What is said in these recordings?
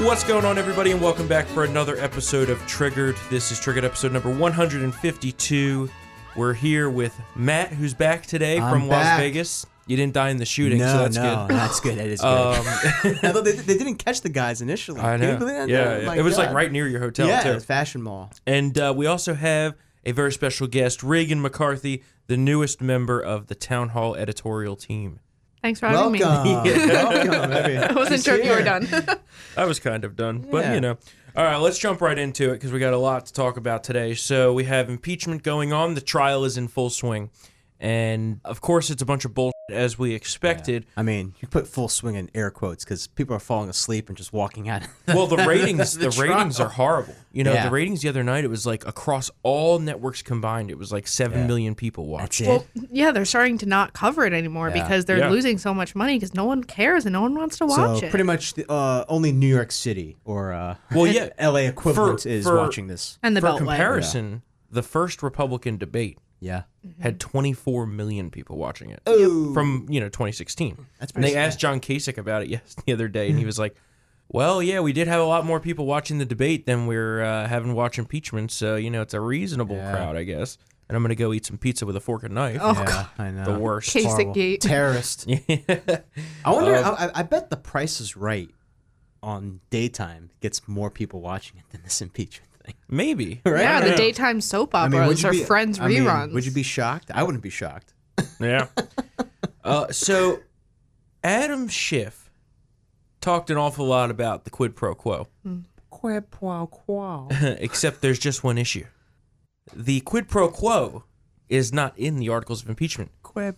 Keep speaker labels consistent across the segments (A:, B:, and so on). A: What's going on, everybody, and welcome back for another episode of Triggered. This is Triggered episode number 152. We're here with Matt, who's back today
B: I'm
A: from Las
B: back.
A: Vegas. You didn't die in the shooting,
B: no,
A: so that's
B: no,
A: good.
B: that's good. That is good.
A: Um,
B: Although they, they didn't catch the guys initially.
A: I
B: Can
A: know.
B: you believe that?
A: Yeah,
B: Oh
A: yeah.
B: my
A: it was like
B: God.
A: right near your hotel,
B: Yeah,
A: too.
B: it was Fashion Mall.
A: And uh, we also have a very special guest, Reagan McCarthy, the newest member of the Town Hall editorial team.
C: Thanks for having
B: Welcome.
C: me.
B: Welcome.
C: I wasn't sure if you were done.
A: I was kind of done, but
B: Yeah.
A: you know. All right, let's jump right into it because we got a lot to talk about today. So we have impeachment going on. The trial is in full swing, and of course, it's a bunch of bullshit as we expected.
B: I mean, you put full swing in air quotes because people are falling asleep and just walking out.
A: Well, the ratings, the,
B: trial.
A: ratings are horrible. You know,
B: Yeah.
A: the ratings the other night it was like across all networks combined, it was like seven million people watched.
B: That's it.
C: well, yeah, they're starting to not cover it anymore
B: Yeah.
C: because they're
A: Yeah.
C: losing so much money because no one cares and no one wants to watch
B: so
C: it.
B: pretty much the, uh, only New York City or uh,
A: Well, yeah,
B: L.A. equivalent
A: For-
B: is
A: for-
B: watching this.
C: and the
A: For
C: Beltway.
A: comparison, the first Republican debate
B: Yeah.
A: had 24 million people watching it
B: Oh.
A: from you know 2016.
B: That's
A: and they
B: pretty sad. Hmm.
A: asked John Kasich about it yes the other day, and he was like, "Well, yeah, we did have a lot more people watching the debate than we're uh, having watch impeachment, so you know it's a reasonable
B: Yeah.
A: crowd, I guess." And I'm gonna go eat some pizza with a fork and knife.
C: Oh,
B: yeah,
C: God.
B: I know.
A: the worst.
C: Kasich
B: Horrible.
C: gate.
B: Terrorist. I wonder. I, I bet the Price is Right on daytime gets more people watching it than this impeachment thing.
A: Maybe.
B: Right?
C: Yeah, the
A: know.
C: daytime soap operas
B: would you
C: or
B: be-
C: Friends
B: I mean,
C: reruns.
B: would you be shocked? I wouldn't be shocked.
A: Yeah. uh, so Adam Schiff talked an awful lot about the quid pro quo.
B: Quid pro quo.
A: except there's just one issue. The quid pro quo is not in the articles of impeachment.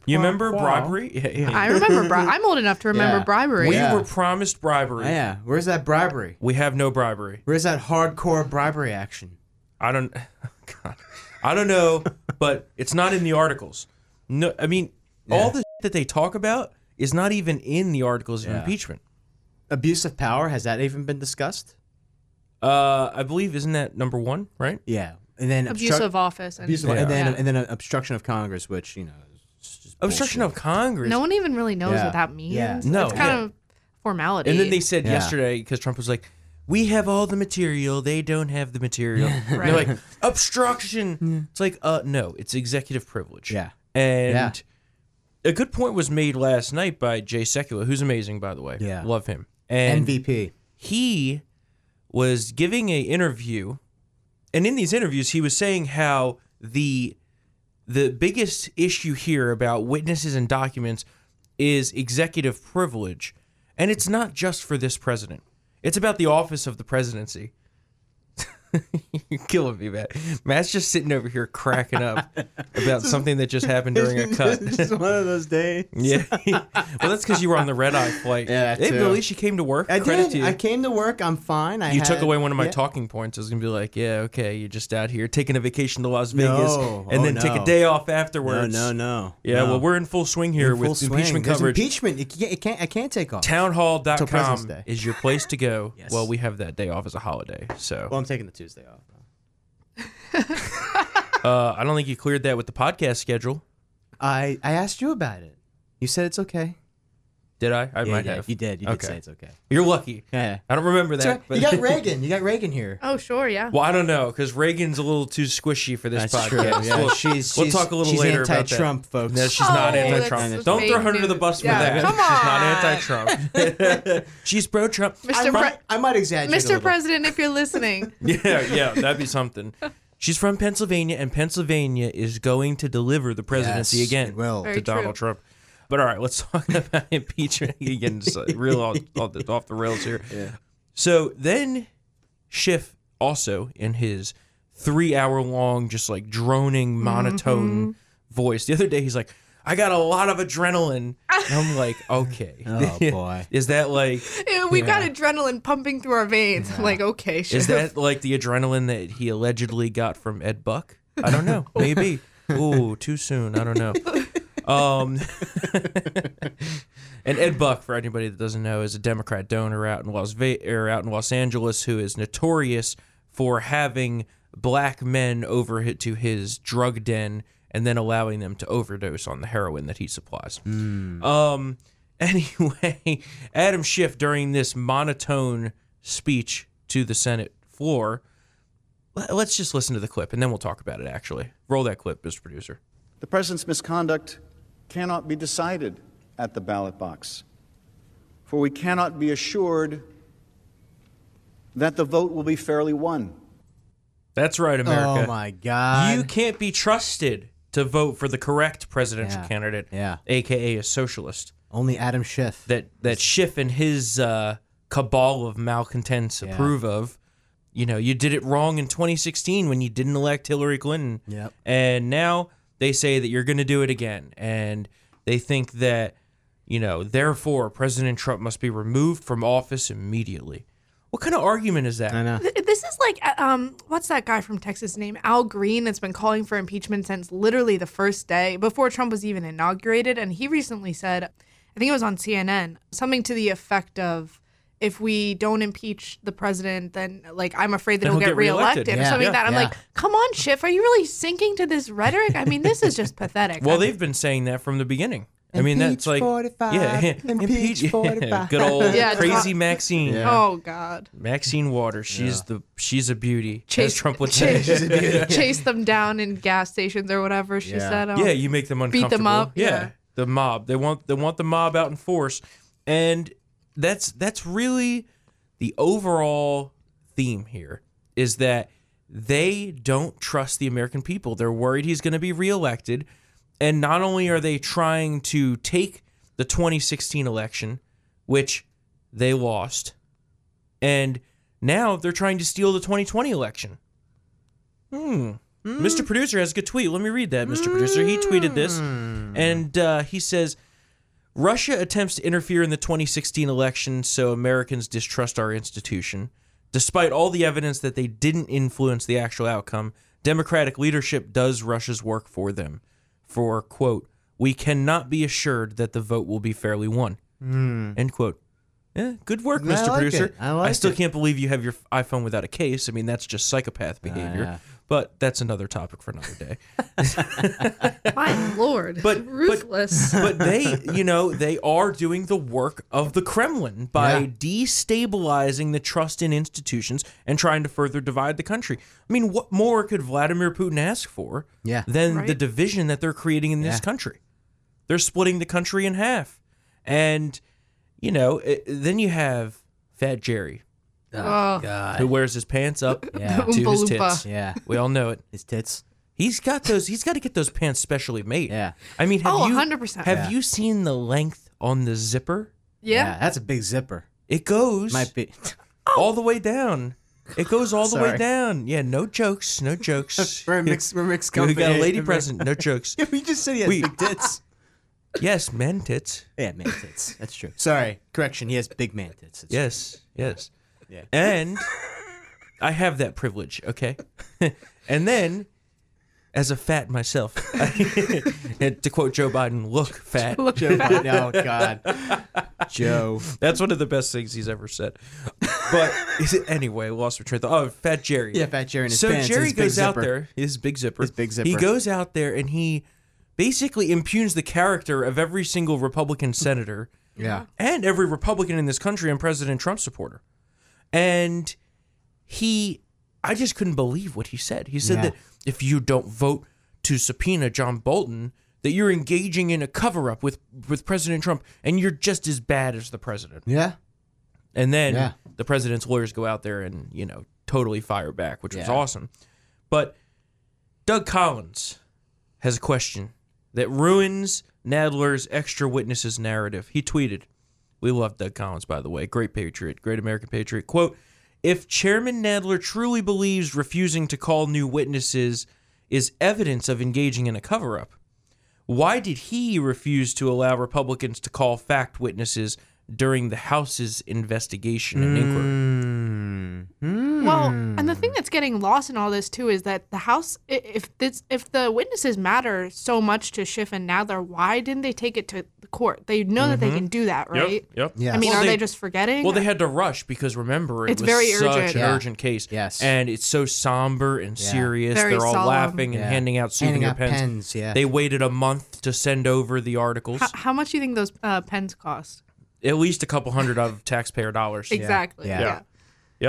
A: You remember bribery? Yeah, yeah.
C: I remember. Bri- I'm old enough to remember
B: Yeah.
C: bribery.
A: we
B: Yeah.
A: were promised bribery.
B: Oh, Yeah, where's that bribery?
A: We have no bribery.
B: Where's that hardcore bribery action?
A: I don't. God, I don't know, but it's not in the articles. No, I mean, all the that they talk about is not even in the articles of
B: Yeah.
A: impeachment.
B: Abuse of power has that even been discussed?
A: Uh, I believe isn't that number one, right?
B: Yeah, and then
C: Abuse
B: obstruct-
C: of office. And,
B: abuse of-
A: Yeah.
B: and then
C: Yeah.
B: and then obstruction of Congress, which you know, is just
A: Obstruction
B: bullshit.
A: of Congress.
C: no one even really knows
B: Yeah.
C: what that means.
B: Yeah.
A: No,
C: It's kind
A: yeah.
C: of formality.
A: And then they said
B: Yeah.
A: yesterday because Trump was like, "We have all the material. They don't have the material." And They're
C: Right.
A: like obstruction. It's like, uh, no, it's executive privilege.
B: Yeah.
A: and
B: Yeah.
A: a good point was made last night by Jay Sekulow, who's amazing, by the way.
B: Yeah.
A: love him. And
B: MVP.
A: he was giving a interview, and in these interviews, he was saying how the the biggest issue here about witnesses and documents is executive privilege, and it's not just for this president. It's about the office of the presidency. You're killing me, Matt. Matt's just sitting over here cracking up about something that just happened during a cut.
B: it's just one of those days.
A: yeah. well, that's because you were on the red eye flight.
B: Yeah, that
A: Hey, but
B: too.
A: at least you came to work.
B: I
A: Credit
B: did.
A: to you
B: I came to work. I'm fine. I
A: you
B: had,
A: took away one of my
B: yeah.
A: talking points. I was gonna be like, yeah, okay, you're just out here taking a vacation to Las Vegas,
B: No.
A: and
B: Oh,
A: then take a
B: no.
A: day off
B: No,
A: afterwards.
B: no, no.
A: Yeah,
B: no.
A: well, we're in full swing here
B: In full
A: with
B: swing.
A: impeachment
B: There's
A: coverage.
B: Impeachment. It can't, it can't. I can't take off. Till President's
A: Townhall.com
B: Day.
A: is your place to go.
B: Yes.
A: Well, we have that day off as a holiday, so
B: well, I'm taking the Tuesday off.
A: uh, I don't think you cleared that with the podcast schedule,
B: I I asked you about it. You said it's okay.
A: did I? I
B: yeah,
A: might
B: yeah,
A: have.
B: You did. You
A: Okay.
B: did say it's okay.
A: You're lucky.
B: Yeah.
A: I don't remember that.
B: That's right. You
A: but-
B: got Reagan. You got Reagan here.
C: Oh, sure, yeah.
A: Well, I don't know because Reagan's a little too squishy for this podcast.
B: Yeah,
A: We'll-
B: she's,
A: we'll
B: she's-
A: talk a little
B: she's
A: later about that.
B: anti-Trump, folks.
A: No, she's
C: Oh,
A: not
C: that's
A: anti-Trump.
C: just
A: Don't throw
C: fake
A: her under the
C: news.
A: bus for
C: Yeah,
A: that.
C: come
A: She's not anti-Trump. she's pro-Trump.
B: I
C: Mr.
B: might,
C: Pre-
B: I might exaggerate. a
C: Mr.
B: little.
C: President, if you're listening,
A: Yeah, yeah, that'd be something. She's from Pennsylvania, and Pennsylvania is going to deliver the presidency
B: Yes,
A: again
B: it will.
A: to
C: Very
A: Donald Trump. But all right, let's talk about impeachment again. Just, uh, real off, off the, off the rails here. So then Schiff also in his three hour long, just like droning monotone voice. The other day he's like, I got a lot of adrenaline. And I'm like, okay.
B: Oh, boy.
A: is that like
C: Eh, we've got adrenaline pumping through our veins. I'm like, okay, sure.
A: is that like the adrenaline that he allegedly got from Ed Buck? I don't know. Maybe. Ooh, too soon. I don't know. Um, and Ed Buck, for anybody that doesn't know, is a Democrat donor out in Las Ve- or out in Los Angeles who is notorious for having black men over hi- to his drug den and then allowing them to overdose on the heroin that he supplies. Um, anyway, Adam Schiff during this monotone speech to the Senate floor. Let- Let's just listen to the clip and then we'll talk about it, actually. Roll that clip, Mr. Producer.
D: The president's misconduct cannot be decided at the ballot box, for we cannot be assured that the vote will be fairly won.
A: That's right, America.
B: Oh my god.
A: You can't be trusted to vote for the correct presidential
B: Yeah.
A: candidate,
B: Yeah.
A: aka a socialist.
B: Only Adam Schiff.
A: That that Schiff and his uh, cabal of malcontents approve of. You know, you did it wrong in 2016 when you didn't elect Hillary Clinton,
B: Yep.
A: and now they say that you're going to do it again, and they think that you know, therefore President Trump must be removed from office immediately. What kind of argument is that?
B: I know.
C: Th- This is like uh, um, what's that guy from Texas name? Al Green that's been calling for impeachment since literally the first day before Trump was even inaugurated, and he recently said, I think it was on CNN, something to the effect of, "If we don't impeach the president, then like I'm afraid that
A: Then
C: he'll,
A: he'll
C: get,
A: get reelected."
C: reelected or
A: Yeah.
C: something like
A: Yeah.
C: that." I'm
B: Yeah.
C: like, "Come on, Schiff, are you really sinking to this rhetoric? I mean, this is just pathetic."
A: Well,
C: I mean,
A: they've been saying that from the beginning. I mean, that's
B: Impeach
A: like
B: 45,
A: yeah,
B: impeach
A: yeah,
B: 45.
A: good old
C: Yeah, it's
A: crazy
C: not-
A: Maxine,
C: Oh God.
A: Maxine Waters. She's the she's a beauty. As
C: Chase-
A: Trump would say.
C: Chase, chase them down in gas stations or whatever she
B: Yeah.
C: said. Oh,
A: yeah, you make them uncomfortable.
C: Beat them up,
A: Yeah.
C: yeah.
A: the mob. They want they want the mob out in force, and that's that's really the overall theme here is that they don't trust the American people. They're worried he's going to be reelected, and not only are they trying to take the 2016 election, which they lost, and now they're trying to steal the 2020 election. Hmm. Mr. Producer has a good tweet. Let me read that, Mr. Producer. He tweeted this, and uh, he says, "Russia attempts to interfere in the 2016 election, so Americans distrust our institution, despite all the evidence that they didn't influence the actual outcome. Democratic leadership does Russia's work for them. For quote, we cannot be assured that the vote will be fairly won." End quote. Yeah, good work,
B: Hmm. I
A: Mr.
B: like
A: Producer.
B: it. I like
A: still
B: it.
A: can't believe you have your iPhone without a case. I mean, that's just psychopath behavior.
B: Ah, yeah.
A: But that's another topic for another day.
C: my lord,
A: But- but-
C: ruthless.
A: but they, you know, they are doing the work of the Kremlin by
B: Yeah.
A: destabilizing the trust in institutions and trying to further divide the country. I mean, what more could Vladimir Putin ask for
B: Yeah.
A: than the
C: Right.
A: division that they're creating in this
B: Yeah.
A: country? They're splitting the country in half. And, you know, it, then you have Fat Jerry,
C: Oh.
B: god.
A: who wears his pants up
B: Yeah.
A: to his
C: Oompa Loompa.
A: tits.
B: Yeah.
A: We all know it.
B: His tits.
A: He's got those. He's got to get those pants specially made.
B: Yeah.
A: I mean, have
C: Oh,
A: you
C: 100%.
A: have
B: Yeah.
A: you seen the length on the zipper?
C: yeah.
B: That's a big zipper.
A: It goes
B: Might be.
A: all the way down. It goes all the way
B: Sorry.
A: down. Yeah, no jokes, no jokes.
B: We're a mixed. We're a mixed
A: we
B: company.
A: got a lady present, no jokes.
B: we just said he has
A: We-
B: big tits.
A: Yes, men tits.
B: Yeah, man tits. That's true. Sorry, correction. He has big man tits. It's-
A: Yes, yes.
B: Yeah.
A: And I have that privilege, okay? and then, as a fat myself, and to quote Joe Biden, look fat.
C: Look
B: Joe Biden. Oh God. Joe.
A: That's one of the best things he's ever said. But is it, anyway, lost my train of thought. Oh, Fat Jerry.
B: Yeah, Fat Jerry in his
A: so
B: pants and
A: Jerry
B: his big
A: goes out
B: zipper.
A: there, his big zipper.
B: His big
A: He
B: zipper.
A: goes out there and he basically impugns the character of every single Republican senator
B: Yeah.
A: and every Republican in this country and President Trump supporter. And he, I just couldn't believe what he said. He said
B: Yeah.
A: that if you don't vote to subpoena John Bolton, that you're engaging in a cover up with, with President Trump and you're just as bad as the president.
B: Yeah.
A: And then
B: Yeah.
A: the president's lawyers go out there and, you know, totally fire back, which was
B: Yeah.
A: awesome. But Doug Collins has a question that ruins Nadler's extra witnesses narrative. He tweeted, We love Doug Collins, by the way. Great patriot, great American patriot. Quote If Chairman Nadler truly believes refusing to call new witnesses is evidence of engaging in a cover up, why did he refuse to allow Republicans to call fact witnesses during the House's investigation and inquiry?
C: Mm. Well, and the thing that's getting lost in all this too is that the House, i- if this, if the witnesses matter so much to Schiff and Nadler, why didn't they take it to the court? They know that they can do that, right?
A: Yep.
B: Yeah.
C: I mean,
A: Well,
C: are
A: they-
C: they, just forgetting?
A: Well, they had to rush because remember, it
C: It's
A: was
C: very
A: such
C: urgent.
A: an
B: Yeah.
A: urgent case.
B: Yes.
A: and it's so somber and serious.
C: Very
A: They're all
C: solemn.
A: laughing and
B: Yeah.
A: handing out souvenir
B: Handing out
A: pens.
B: pens, yeah.
A: They waited a month to send over the articles,
C: how, how much do you think those uh, pens cost?
A: at least a couple hundred of taxpayer dollars.
C: Exactly.
B: Yeah.
C: Yeah.
B: Yeah.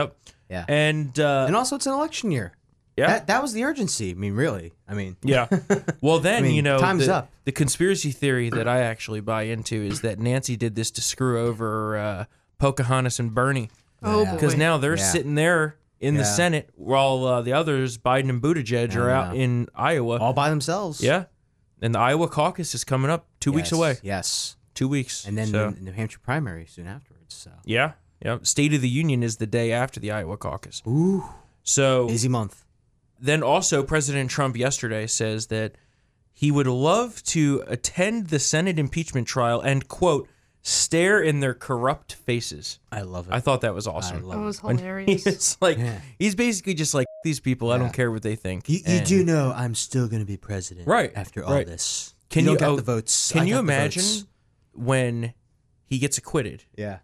A: Yep.
B: Yeah.
A: And uh,
B: And also, it's an election year.
A: Yeah.
B: That, that was the urgency. I mean, really. I mean,
A: Yeah. Well, then
B: mean,
A: you know
B: time's
A: the,
B: up.
A: the conspiracy theory that I actually buy into is that Nancy did this to screw over uh, Pocahontas and Bernie
C: Oh
B: Yeah.
C: boy.
A: because now they're
B: Yeah.
A: sitting there in the
B: Yeah.
A: Senate while uh, the others, Biden and Buttigieg, are out
B: Yeah.
A: in Iowa.
B: all by themselves.
A: yeah. And the Iowa caucus is coming up two weeks
B: Yes,
A: away.
B: Yes.
A: Two weeks.
B: And then
A: So,
B: the New Hampshire primary soon afterwards. So
A: yeah. Yeah. State of the Union is the day after the Iowa caucus. Ooh. So
B: busy month.
A: then also President Trump yesterday says that he would love to attend the Senate impeachment trial and quote stare in their corrupt faces.
B: I love it.
A: I thought that was
B: I
A: awesome.
B: love
C: that
B: it.
C: was
A: When
C: hilarious.
A: He's like
B: Yeah.
A: he's basically just like "F these people. I
B: Yeah.
A: don't care what they think.
B: You, you
A: And-
B: do know I'm still going to be president,
A: Right,
B: After all
A: right.
B: this,
A: Can
B: you,
A: you,
B: don't got
A: oh,
B: the votes?
A: Can
B: I
A: you
B: got the
A: imagine
B: votes.
A: when he gets acquitted
B: Yeah,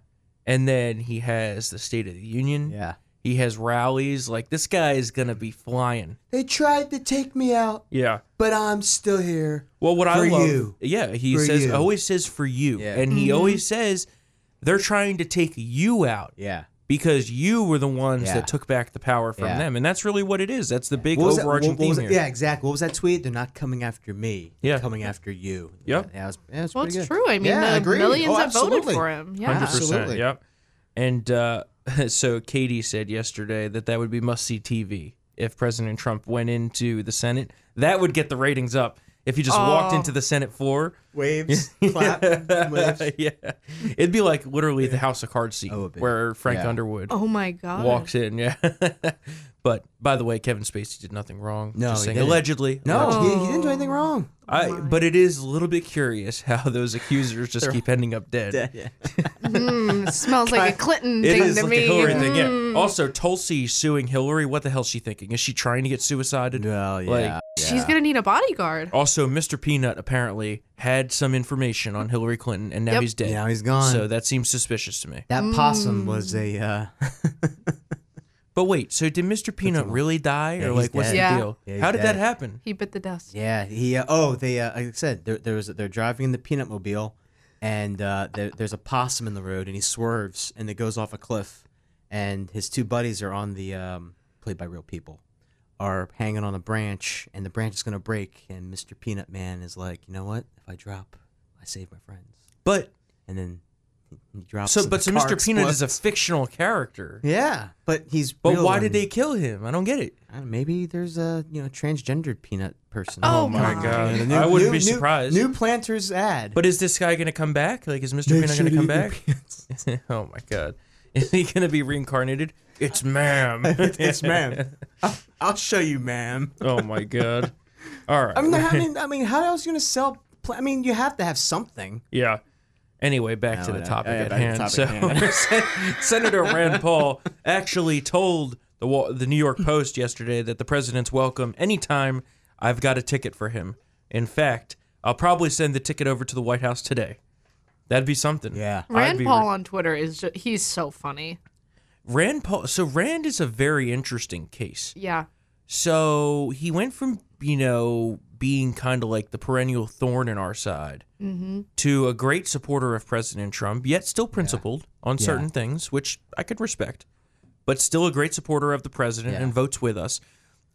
A: and then he has the State of the Union?
B: yeah.
A: He has rallies. Like this guy is gonna be flying.
B: They tried to take me out,
A: Yeah.
B: but I'm still here.
A: Well, what I
B: For
A: love,
B: you.
A: yeah, he
B: For
A: says
B: you. Mm-hmm.
A: always says for you,
B: Yeah.
A: and he always says they're trying to take you out
B: Yeah.
A: because you were the ones
B: Yeah.
A: that took back the power from
B: Yeah.
A: them, and that's really what it is. That's the big
B: What was that-
A: overarching
B: what- what was
A: theme
B: that-
A: here.
B: Yeah, exactly. What was that tweet? They're not coming after me.
A: Yeah.
B: They're coming after you.
A: Yep.
B: Yeah, that was, yeah, that was
C: well, it's
B: pretty good.
C: true. I mean,
B: Yeah,
C: the
B: agreed.
C: millions
B: Oh,
C: that voted
B: absolutely.
C: for him. Yeah.
A: 100%,
B: absolutely.
A: Yep. And uh, so Katie said yesterday that that would be must see TV if President Trump went into the Senate. That would get the ratings up if he just walked
C: Oh.
A: into the Senate floor.
B: Waves, clap, waves.
A: yeah, it'd be like literally the House of Cards seat
B: Oh, it would be.
A: where Frank
B: Yeah.
A: Underwood.
C: Oh my god.
A: walks in. Yeah. but by the way, Kevin Spacey did nothing wrong.
B: No,
A: Just
B: he
A: saying,
B: didn't.
A: allegedly.
B: No,
A: allegedly.
B: he, he didn't do anything wrong.
A: I, but it is a little bit curious how those accusers just keep ending up dead.
C: Mm, smells like a Clinton
A: It
C: thing
A: is
C: to
A: like
C: me. Mm.
A: a Hillary thing. Yeah. Also, Tulsi suing Hillary. What the hell's she thinking? Is she trying to get suicided?
B: Well, yeah.
A: Like-
C: She's gonna need a bodyguard.
A: Also, Mr. Peanut apparently had some information on Hillary Clinton, and now
C: Yep.
A: he's dead.
B: Now he's gone.
A: So that seems suspicious to me.
B: that
C: Mm.
B: possum was a. Uh,
A: But wait, so did Mr. Peanut really die, or
B: he's
A: like what's
B: dead.
A: the
C: Yeah.
A: deal?
B: Yeah, he's
A: How did that
B: dead.
A: happen?
C: He bit the dust.
B: yeah, he. Uh, oh, they. Uh, like I said, there, there was. They're driving in the peanut mobile, and uh, there, there's a possum in the road, and he swerves, and it goes off a cliff, and his two buddies are on the um, played by real people, are hanging on a branch, and the branch is gonna break, and Mr. Peanut Man is like, you know what? If I drop, I save my friends,
A: But
B: and then he drops.
A: so,
B: and
A: but so
B: the car
A: Mr. Peanut is a
B: explodes.
A: fictional character.
B: Yeah, but he's.
A: But
B: real
A: why
B: and-
A: did they kill him? I don't get it.
B: I don't know, maybe there's a you know transgendered peanut person.
C: Oh Oh my my
A: God. God. I wouldn't be surprised.
B: New, planters ad.
A: But is this guy going to come back? Like, is Mr.
B: Make
A: Peanut
B: sure
A: going
B: to
A: to come
B: eat your
A: back? oh my God. Is he going to be reincarnated? It's ma'am.
B: it's ma'am. I'll, I'll show you, ma'am.
A: oh my God. All right.
B: I mean, I mean, I mean, how else you gonna sell? Pla- I mean, you have to have something.
A: yeah. Anyway, back to the
B: no.
A: topic
B: Yeah,
A: at
B: back to
A: hand.
B: topic
A: so,
B: at hand.
A: Sen- Senator Rand Paul actually told the Wa- the New York Post yesterday that the president's welcome anytime. I've got a ticket for him. In fact, I'll probably send the ticket over to the White House today. That'd be something.
B: Yeah.
A: I'd
C: Rand
A: be re-
C: Paul on Twitter is just, he's so funny.
A: Rand Paul. So Rand is a very interesting case.
C: Yeah.
A: So he went from you know being kind of like the perennial thorn in our side to a great supporter of President Trump, yet still principled on certain things, which I could respect, but still a great supporter of the president
B: Yeah.
A: and votes with us.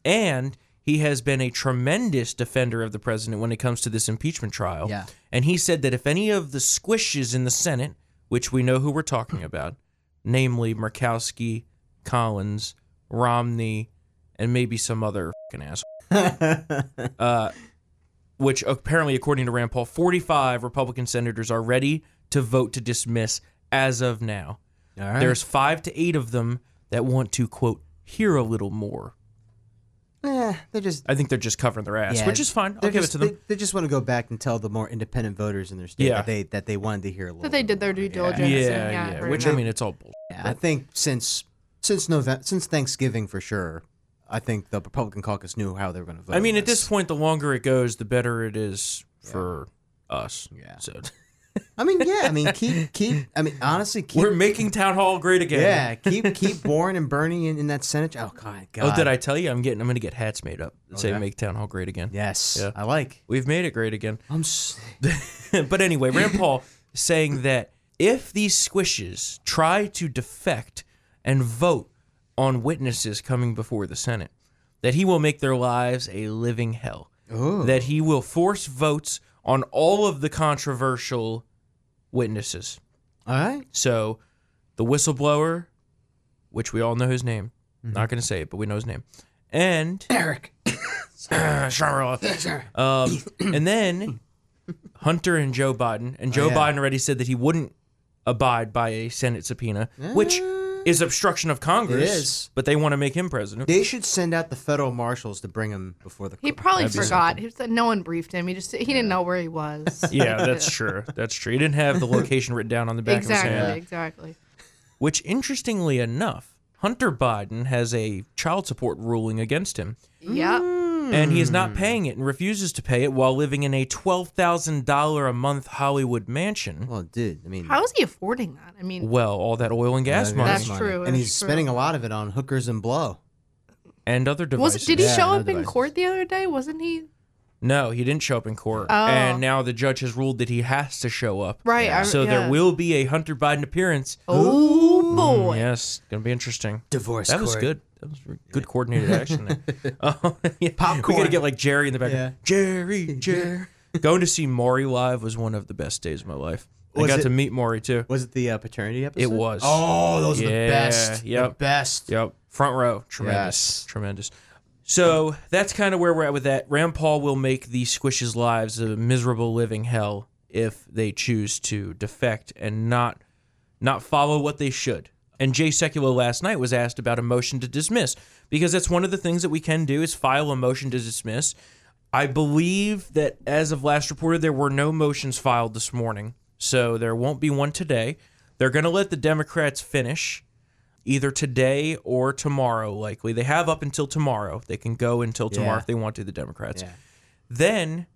A: And he has been a tremendous defender of the president when it comes to this impeachment trial.
B: Yeah.
A: And he said that if any of the squishes in the Senate, which we know who we're talking about, namely Murkowski, Collins, Romney, and maybe some other fucking asshole. uh, which apparently, according to Rand Paul, 45 Republican senators are ready to vote to dismiss as of now.
B: All right.
A: There's five to eight of them that want to quote hear a little more.
B: Eh, they're just.
A: I think they're just covering their ass,
B: yeah,
A: which is fine. I'll
B: they're
A: give
B: just-
A: it to them.
B: They, they just want to go back and tell the more independent voters in their state
A: Yeah.
B: that they that they wanted to hear a little.
C: That they
B: bit
C: did their
B: more.
C: due
B: Yeah.
A: yeah,
C: diligence.
A: yeah,
C: right
A: Which
C: now.
A: I mean, it's all bull.
B: Yeah, I think since since November, since Thanksgiving for sure, I think the Republican caucus knew how they were going to vote.
A: I mean,
B: on
A: at this point, the longer it goes, the better it is for us.
B: Yeah.
A: So
B: I mean, yeah, I mean, keep keep. I mean, honestly, keep.
A: we're making town hall great again.
B: yeah, keep keep Warren and Bernie in, in that Senate. Oh God, God. Oh,
A: Oh, did I tell you? I'm getting. I'm going to get hats made up. that Say
B: yeah?
A: make town hall great again.
B: Yes,
A: Yeah.
B: I like.
A: We've made it great again.
B: I'm. s-
A: but anyway, Rand Paul saying that if these squishes try to defect and vote on witnesses coming before the Senate, that he will make their lives a living hell, that he will force votes on all of the controversial witnesses.
B: All right.
A: So the whistleblower, which we all know his name,
B: Mm-hmm.
A: not going to say it, but we know his name, and
B: Eric.
A: Sharmarla. um, and then Hunter and Joe Biden, and Joe
B: Oh, yeah.
A: Biden already said that he wouldn't abide by a Senate subpoena, which is obstruction of Congress.
B: is.
A: But they want to make him president.
B: They should send out the federal marshals to bring him before the
C: He
B: court.
C: probably forgot. He was, no one briefed him. He just he didn't know where he was.
A: yeah, that's true. That's true. He didn't have the location written down on the back of his
C: exactly.
A: hand.
C: Exactly.
A: Which, interestingly enough, Hunter Biden has a child support ruling against him. Mm.
C: Yeah.
A: and he is
B: Hmm.
A: not paying it and refuses to pay it while living in a $12,000 a month Hollywood mansion.
B: Well, dude, I mean,
C: How is he affording that? I mean,
A: Well, all that oil and gas
B: that's
A: money
C: That's true,
B: And
C: that's
B: he's
C: true.
B: spending a lot of it on hookers and blow.
A: and other
C: was
A: devices.
C: did he
B: Yeah,
C: show
B: no
C: up in
B: devices.
C: court the other day? Wasn't he?
A: No, he didn't show up in court.
C: Oh.
A: And now the judge has ruled that he has to show up.
C: Right. I-
A: So
C: yeah.
A: there will Mm, be a Hunter Biden appearance.
C: Oh boy.
A: Yes, going to be interesting.
B: Divorce.
A: That was
B: court.
A: good. That was re- good coordinated action. there. Oh, yeah. We
B: Popcorn.
A: gotta get like Jerry in the background. Jerry, Jerry. Going to see Maury live was one of the best days of my life. I
B: Was
A: got
B: it-
A: to meet Maury too.
B: Was it the uh, paternity episode?
A: was.
B: Oh, those are
A: Yeah,
B: the best. The
A: yep.
B: best.
A: Yep. Front row. Tremendous.
B: Yes.
A: Tremendous. So that's kind of where we're at with that. Rand Paul will make the squishes lives a miserable living hell if they choose to defect and not not follow what they should. And Jay Sekulow last night was asked about a motion to dismiss because that's one of the things that we can do is file a motion to dismiss. I believe that as of last reported, there were no motions filed this morning, so there won't be one today. They're going to let the Democrats finish either today or tomorrow, likely. They have up until tomorrow. They can go until tomorrow
B: Yeah.
A: if they want to, the Democrats.
B: Yeah.
A: Then,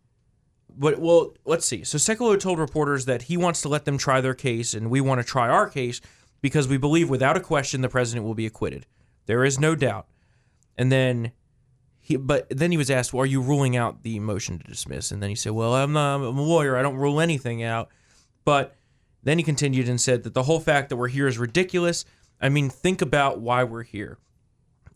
A: but well, let's see. So Sekulow told reporters that he wants to let them try their case, and we want to try our case because we believe, without a question, the president will be acquitted. There is no doubt. And then he, but then he was asked, well, "Are you ruling out the motion to dismiss?" And then he said, "Well, I'm not. I'm a lawyer. I don't rule anything out." But then he continued and said that the whole fact that we're here is ridiculous. I mean, think about why we're here.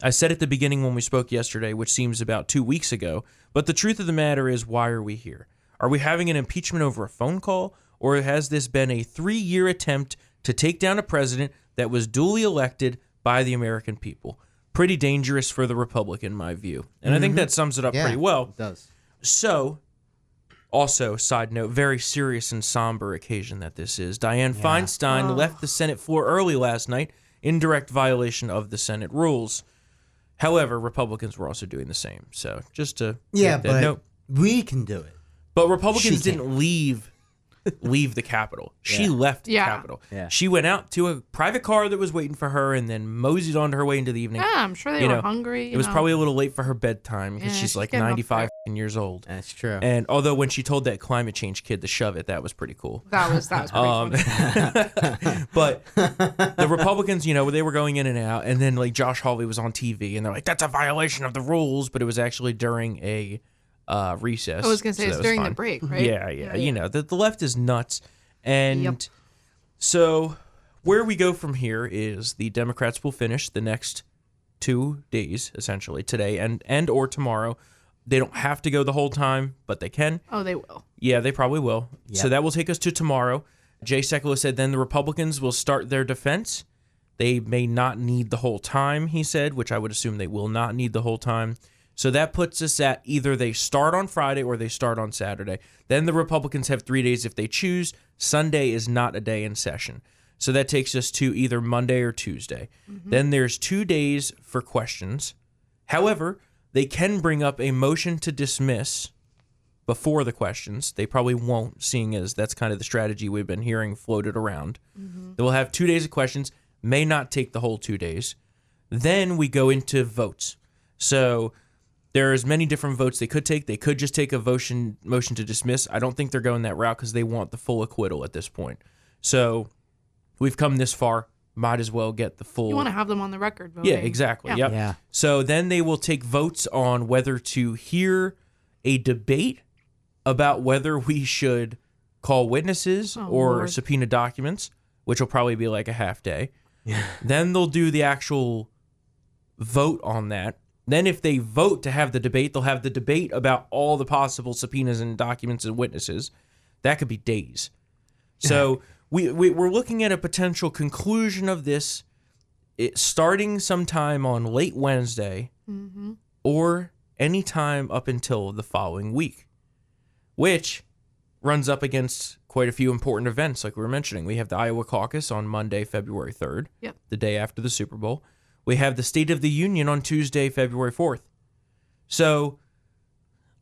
A: I said at the beginning when we spoke yesterday, which seems about two weeks ago, but the truth of the matter is, why are we here? Are we having an impeachment over a phone call, or has this been a three year attempt to take down a president that was duly elected by the American people? Pretty dangerous for the Republic, in my view. And I think that sums it up
B: Yeah,
A: pretty well.
B: It does.
A: So, also, side note, very serious and somber occasion that this is. Dianne Feinstein left the Senate floor early last night in direct violation of the Senate rules. However, Republicans were also doing the same. So, just to
B: Yeah,
A: make that
B: but
A: note.
B: we can do it.
A: But Republicans
B: She can't.
A: didn't leave leave the Capitol. She left the
C: Yeah.
A: Capitol.
B: Yeah.
A: She went out to a private car that was waiting for her and then moseyed on her way into the evening.
C: Yeah, I'm sure they
A: You
C: were
A: know,
C: hungry.
A: it was
C: Ah, you know.
A: probably a little late for her bedtime because
C: Yeah,
A: she's
C: she's
A: like
C: getting up
A: 95 years old.
B: That's true.
A: And although when she told that climate change kid to shove it, that was pretty cool.
C: that was that was pretty
A: Um,
C: funny.
A: but the Republicans, you know, they were going in and out, and then like Josh Hawley was on TV, and they're like, "That's a violation of the rules," but it was actually during a uh, recess.
C: I was gonna say
A: so
C: it's
A: that
C: during the
A: fun.
C: break, right?
A: Yeah, yeah, You know, the, the left is nuts. And
C: Yep.
A: so where we go from here is the Democrats will finish the next two days, essentially, today and, and or tomorrow. They don't have to go the whole time, but they can.
C: Oh, they will.
A: Yeah, they probably will. So
B: Yeah.
A: that will take us to tomorrow. Jay Sekulow said then the Republicans will start their defense. They may not need the whole time, he said, which I would assume they will not need the whole time. So that puts us at either they start on Friday or they start on Saturday. Then the Republicans have three days if they choose. Sunday is not a day in session. So that takes us to either Monday or Tuesday. Then there's two days for questions. However, they can bring up a motion to dismiss before the questions. They probably won't, seeing as that's kind of the strategy we've been hearing floated around. They will have two days of questions, may not take the whole two days. Then we go into votes. So there are as many different votes they could take. They could just take a motion motion to dismiss. I don't think they're going that route because they want the full acquittal at this point. So we've come this far. Might as well get the full.
C: You want to have them on the record. Voting.
A: Yeah, exactly.
C: Yeah.
A: Yep.
B: Yeah.
A: So then they will take votes on whether to hear a debate about whether we should call witnesses
C: Oh,
A: or
C: Lord.
A: subpoena documents, which will probably be like a half day. Then they'll do the actual vote on that. Then, if they vote to have the debate, they'll have the debate about all the possible subpoenas and documents and witnesses. That could be days. So we, we we're looking at a potential conclusion of this, it, starting sometime on late Wednesday,
C: Mm-hmm.
A: or any time up until the following week, which runs up against quite a few important events. Like we were mentioning, we have the Iowa caucus on Monday, February third
C: Yep.
A: the day after the Super Bowl. We have the State of the Union on Tuesday, February 4th. So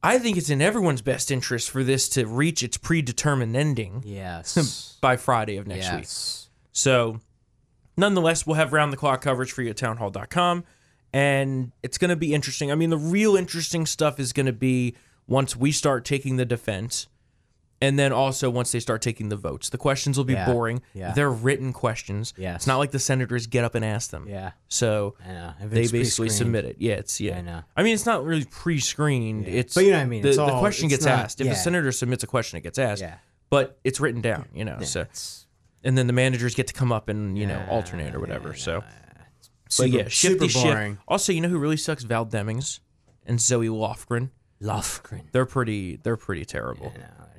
A: I think it's in everyone's best interest for this to reach its predetermined ending
B: Yes.
A: by Friday of next week.
B: yes.
A: So nonetheless, we'll have round the clock coverage for you at townhall.com. And it's going to be interesting. I mean, the real interesting stuff is going to be once we start taking the defense and then also once they start taking the votes. The questions will be
B: Yeah,
A: boring.
B: yeah.
A: They're written questions.
B: Yes.
A: It's not like the senators get up and ask them.
B: Yeah.
A: So
B: I know. If
A: they
B: it's
A: basically
B: pre-screened.
A: submit it. Yeah, it's yeah.
B: I know.
A: I mean, it's not really pre-screened. It's
B: But you know what I mean,
A: The,
B: it's
A: the
B: all-
A: question
B: it's
A: gets
B: not-
A: asked. If
B: yeah.
A: a senator submits a question, it gets asked.
B: Yeah.
A: But it's written down. You know. So
B: It's
A: and then the managers get to come up and you know alternate or whatever. so, but
B: super-
A: yeah, shifty
B: super boring.
A: shift. Also, you know who really sucks? Val Demings and Zoe Lofgren.
B: Lofgren.
A: They're pretty. They're pretty terrible.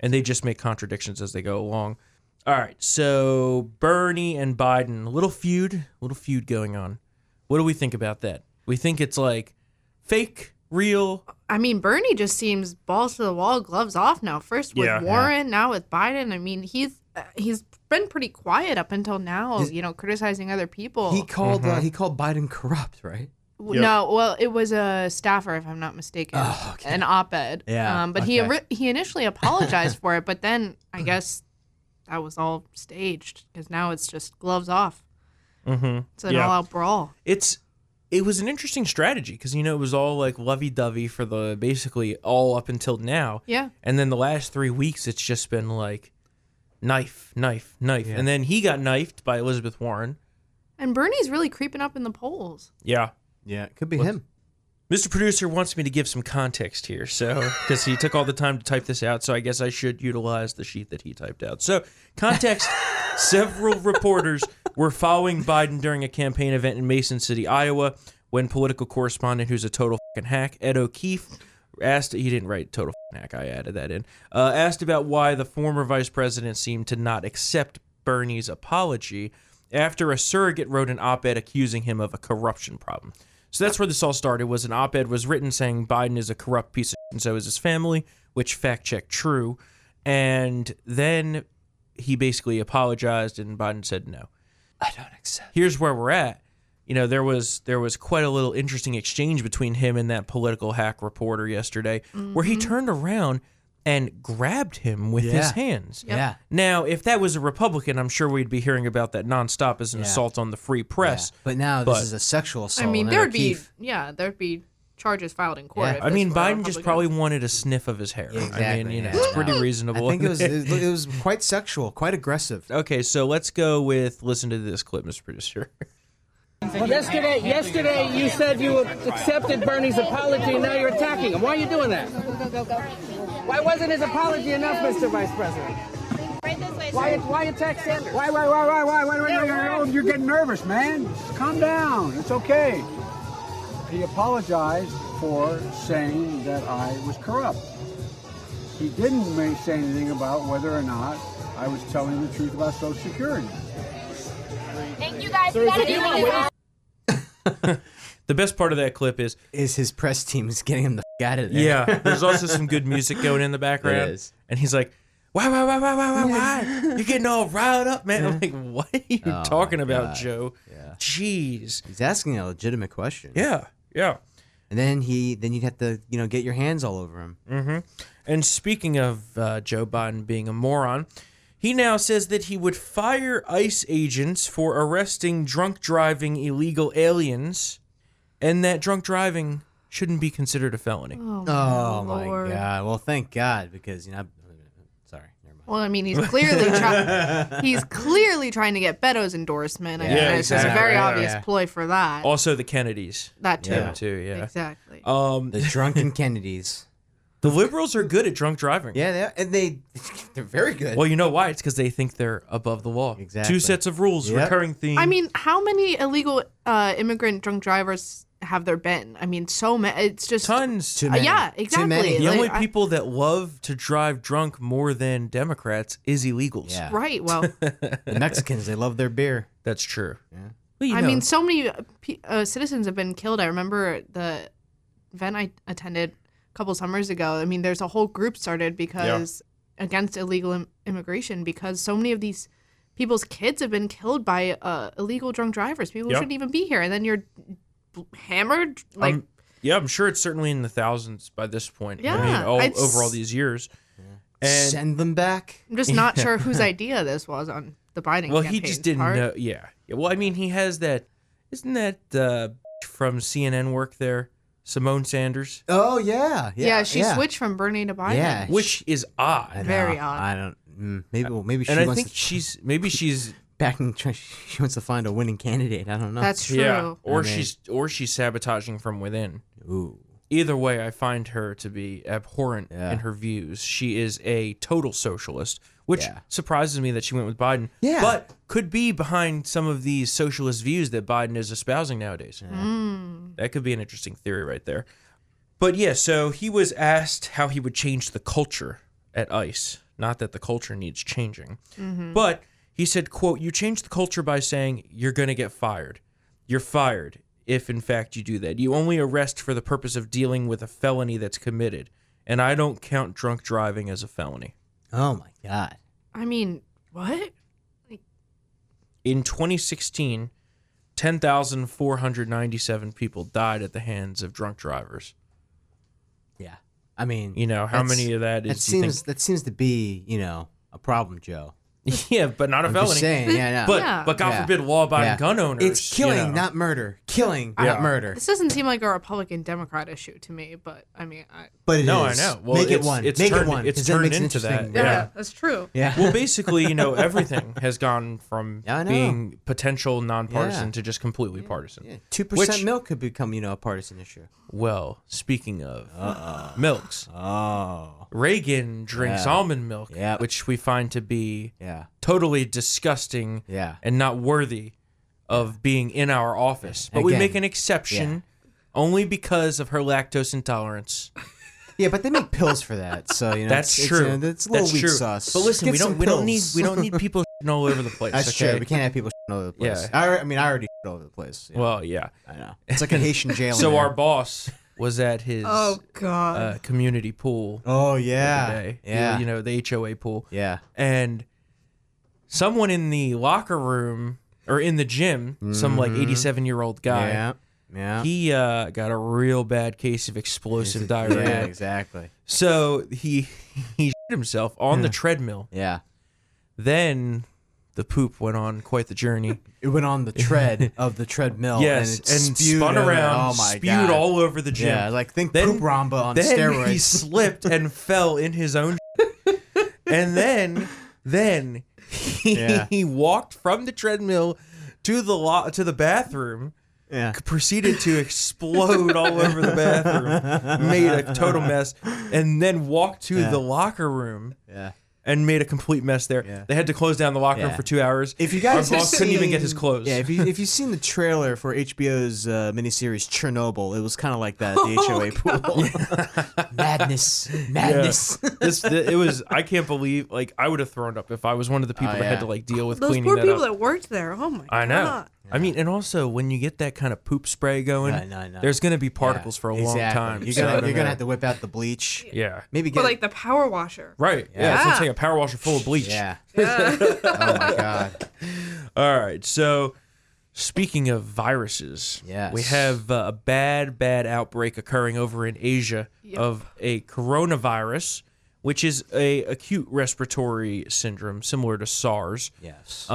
A: and they just make contradictions as they go along. All right, so Bernie and Biden, a little feud, a little feud going on. What do we think about that? We think it's like fake, real.
C: I mean, Bernie just seems balls to the wall, gloves off now. First with
A: Yeah.
C: Warren, now with Biden. I mean, he's uh, he's been pretty quiet up until now. you know, criticizing other people.
B: He called uh, he called Biden corrupt, right?
C: W- No, well, it was a staffer, if I'm not mistaken,
A: Oh,
C: an op-ed.
B: Yeah,
C: Um, but he
B: okay.
C: ori- he initially apologized for it, but then I guess that was all staged because now it's just gloves off.
A: Mm-hmm.
C: It's an
A: Yeah.
C: all-out brawl.
A: It's it was an interesting strategy because you know it was all like lovey-dovey for the basically all up until now,
C: Yeah.
A: and then the last three weeks it's just been like knife, knife, knife, and then he got knifed by Elizabeth Warren.
C: And Bernie's really creeping up in the polls.
A: Yeah,
B: Yeah, it could be him.
A: Mr. Producer wants me to give some context here, so because he took all the time to type this out, so I guess I should utilize the sheet that he typed out. So, context: several reporters were following Biden during a campaign event in Mason City, Iowa, when political correspondent, who's a total fucking hack, Ed O'Keefe, asked. He didn't write total fucking hack. I added that in. Uh, asked about why the former vice president seemed to not accept Bernie's apology after a surrogate wrote an op-ed accusing him of a corruption problem. So that's where this all started. Was an op-ed was written saying Biden is a corrupt piece of shit, and so is his family, which fact check true. And then he basically apologized, and Biden said no.
B: I don't accept.
A: Here's where we're at. You know, there was there was quite a little interesting exchange between him and that political hack reporter yesterday, where he turned around and grabbed him with his
B: Mm-hmm. Yeah.
A: hands.
B: Yeah.
A: Now, if that was a Republican, I'm sure we'd be hearing about that nonstop as an
B: Yeah.
A: assault on the free press.
B: Yeah. But now
A: But-
B: this is a sexual
A: Oh,
B: assault.
C: I mean,
B: on
C: there'd be
B: O'Keefe.
C: yeah, there'd be charges filed in court.
B: Yeah.
C: if
A: I
C: this
A: mean,
C: were a
A: Biden just
C: Republican.
A: probably wanted a sniff of his hair. I mean,
B: Exactly,
A: you know,
B: yeah.
A: it's pretty reasonable.
B: I think it was it was- it was quite sexual, quite aggressive.
A: okay, so let's go with listen to this clip, Mr. Producer.
E: Well, yesterday, yesterday you said you accepted Bernie's apology, and now you're attacking him. Why are you doing that? Why wasn't his apology enough, Mr. Vice President?
F: Right this way,
E: Why,
F: sir.
E: why attack Sanders?
G: Why, why, why, why, why, why, why, why, why? You're getting nervous, man. Just calm down. It's okay. He apologized for saying that I was corrupt. He didn't ma- say anything about whether or not I was telling the truth about Social Security.
F: Thank you guys. Sir,
E: if you want
A: The best part of that clip is
B: Is his press team is getting him the f- out of there?
A: yeah, there's also some good music going in the background,
B: There is.
A: and he's like. Why, why, why, why, why, why, why? You're getting all riled up, man. I'm like, what are
B: Oh
A: you talking about, Joe? Jeez.
B: He's asking a legitimate question.
A: Yeah, yeah.
B: And then he then you'd have to, you know, get your hands all over him.
A: And speaking of uh, Joe Biden being a moron, he now says that he would fire ICE agents for arresting drunk driving illegal aliens and that drunk driving shouldn't be considered a felony.
B: Oh
C: Lord.
B: my god. Well, thank God because you know I'm- sorry, never mind.
C: Well, I mean, he's clearly try- he's clearly trying to get Beto's endorsement. I mean,
A: Yeah,
C: it's just a
A: exactly.
C: very
B: Yeah,
C: obvious
B: yeah.
C: ploy for that.
A: Also, the Kennedys.
C: that too.
A: Yeah. Too, yeah.
C: Exactly.
A: Um,
B: The drunken Kennedys.
A: the liberals are good at drunk driving.
B: Yeah, they are, and they they're very good.
A: Well, you know why? It's because they think they're above the law.
B: Exactly.
A: Two sets of rules,
B: Yep.
A: recurring theme.
C: I mean, how many illegal uh, immigrant drunk drivers have there been? I mean, so many. It's just Uh,
A: Tons
B: Too
A: to
B: many.
C: Yeah,
B: Too
C: exactly.
B: many.
A: the
C: Like,
A: only
C: I-
A: people that love to drive drunk more than Democrats is illegals.
B: Yeah.
C: right. Well,
B: The Mexicans, they love their beer.
A: That's true. Well, you
C: I
A: know,
C: mean, so many uh, pe- uh, citizens have been killed. I remember the event I attended a couple summers ago. I mean, there's a whole group started because against illegal Im- immigration because so many of these people's kids have been killed by uh, illegal drunk drivers. People who
A: Yeah. Um,
C: shouldn't even be here, and then you're bl- hammered. Like,
A: I'm- yeah, I'm sure it's certainly in the thousands by this point. I mean,
C: Yeah,
A: all,
C: I'd
A: over all
C: s-
A: these years. And
B: Send them back.
C: I'm just not sure whose idea this was on the Biden.
A: well, he just
C: campaign's
A: didn't
C: part.
A: know. Yeah. yeah. Well, I mean, he has that. Isn't that uh, from CNN work there, Simone Sanders,
B: Oh yeah, yeah.
C: Yeah, she switched from Bernie to Biden.
B: Yeah.
A: which is
B: I
A: odd.
B: know,
C: Very odd.
B: I don't. mm, Maybe well, maybe she
A: And I
B: wants
A: think
B: to
A: she's maybe she's
B: back in. tr- She wants to find a winning candidate. I don't know.
C: That's true.
A: yeah, or
B: I mean-
A: she's or she's sabotaging from within.
B: Ooh.
A: Either way, I find her to be abhorrent
B: Yeah.
A: in her views. She is a total socialist, which
B: Yeah.
A: surprises me that she went with Biden.
B: Yeah.
A: But could be behind some of these socialist views that Biden is espousing nowadays. That could be an interesting theory right there. But yeah, so he was asked how he would change the culture at ICE. Not that the culture needs changing,
B: Mm-hmm.
A: but he said, "quote You change the culture by saying you're going to get fired. You're fired if, in fact, you do that. You only arrest for the purpose of dealing with a felony that's committed, and I don't count drunk driving as a felony."
B: Oh my god.
C: I mean, what?
A: In 2016, 10,497 people died at the hands of drunk drivers.
B: Yeah. I mean,
A: You know, how
B: that's-
A: many of that is,
B: That
A: you think-
B: seems that seems to be you know a problem, Joe.
A: yeah, but not a
B: I'm
A: felony.
B: just saying. Yeah. No.
A: But
C: Yeah.
A: but God
B: Yeah.
A: forbid law-abiding
B: Yeah.
A: gun owners.
B: it's killing,
A: you know.
B: not murder. Killing, not murder.
C: This doesn't seem like a Republican Democrat issue to me, but I mean, I,
B: But it
A: No, I
B: is.
A: know. Well,
B: Make it
A: it's-
B: one.
A: it's
B: Make
A: turned-
B: it one.
A: it's
B: 'cause that
A: turned
B: makes it
A: into that.
B: interesting.
C: yeah,
A: Yeah.
C: that's true.
B: Yeah.
A: Well, basically, you know, everything has gone from
B: Yeah, I know.
A: being potential nonpartisan
B: Yeah.
A: to just completely partisan.
B: Two
A: Which-
B: percent milk could become, you know, a partisan issue.
A: Well, speaking of milks,
B: Oh,
A: Reagan drinks
B: Uh-uh. Yeah.
A: almond milk,
B: Yeah.
A: which we find to be
B: yeah,
A: totally disgusting
B: yeah.
A: and not worthy of being in our office. But we
B: Again,
A: make an exception only because of her lactose intolerance.
B: Yeah, but they make pills for that, so you know
A: That's
B: it's, it's,
A: true.
B: you know, It's, a little
A: That's
B: weak
A: true.
B: sauce.
A: But listen,
B: Get
A: we don't
B: some
A: we don't need
B: pills.
A: we don't need people shitting all over the place.
B: That's
A: okay?
B: true. We can't have people shitting all over the place.
A: Yeah.
B: I, alre- I mean, I already shit all over the place. Yeah,
A: Well, yeah.
B: I know. It's like a Haitian jail. in
A: So
B: there.
A: our boss was at his
C: Oh God.
A: uh, community pool
B: oh yeah,
A: today.
B: yeah,
A: You know, the HOA pool.
B: yeah.
A: And someone in the locker room or in the gym, some like 87 year old guy,
B: Mm-hmm. Yeah. Yeah.
A: he uh, got a real bad case of explosive diarrhea.
B: yeah, exactly.
A: So he he shit himself on the treadmill.
B: Yeah.
A: Then the poop went on quite the journey.
B: It went on the tread of the treadmill.
A: yes,
B: Oh, and, it
A: and,
B: spewed
A: spun
B: over-
A: around,
B: Oh my
A: spewed
B: god.
A: all over the gym.
B: Yeah, like think
A: Then-
B: poop Ramba on
A: then
B: steroids.
A: he slipped and fell in his own shit. and then then he,
B: Yeah.
A: he walked from the treadmill to the lo- to the bathroom
B: yeah.
A: proceeded to explode all over the bathroom made a total mess and then walked to
B: Yeah.
A: the locker room
B: Yeah.
A: and made a complete mess there
B: Yeah.
A: they had to close down the locker room
B: Yeah.
A: for two hours
B: If you guys
A: our
B: have
A: boss couldn't even get his
B: seen-
A: clothes
B: Yeah, if you if you've seen the trailer for HBO's uh, miniseries Chernobyl, it was kind of like that
A: Oh,
B: at the HOA pool. madness, madness.
A: this th- it was i can't believe like i would have thrown up if i was one of the people
B: Oh,
A: that had
B: yeah.
A: to like deal with
C: Those
A: cleaning
C: poor
A: that
C: people
A: up.
C: that worked there. Oh my
A: I know.
C: God.
A: I mean, and also when you get that kind of poop spray going,
B: I know, I know.
A: there's going to be particles for a long
B: Exactly.
A: time.
B: You're
A: so I
B: gonna
A: don't
B: you're gonna
A: know.
B: have to whip out the bleach.
A: Yeah.
B: Maybe get
C: But like the power washer.
A: Right. Yeah. It's gonna
C: Yeah.
A: take a power washer full of bleach.
B: yeah. oh my god.
A: All right. So, speaking of viruses,
B: Yes.
A: we have uh, a bad, bad outbreak occurring over in Asia of a coronavirus, which is a acute respiratory syndrome similar to SARS.
B: Yes.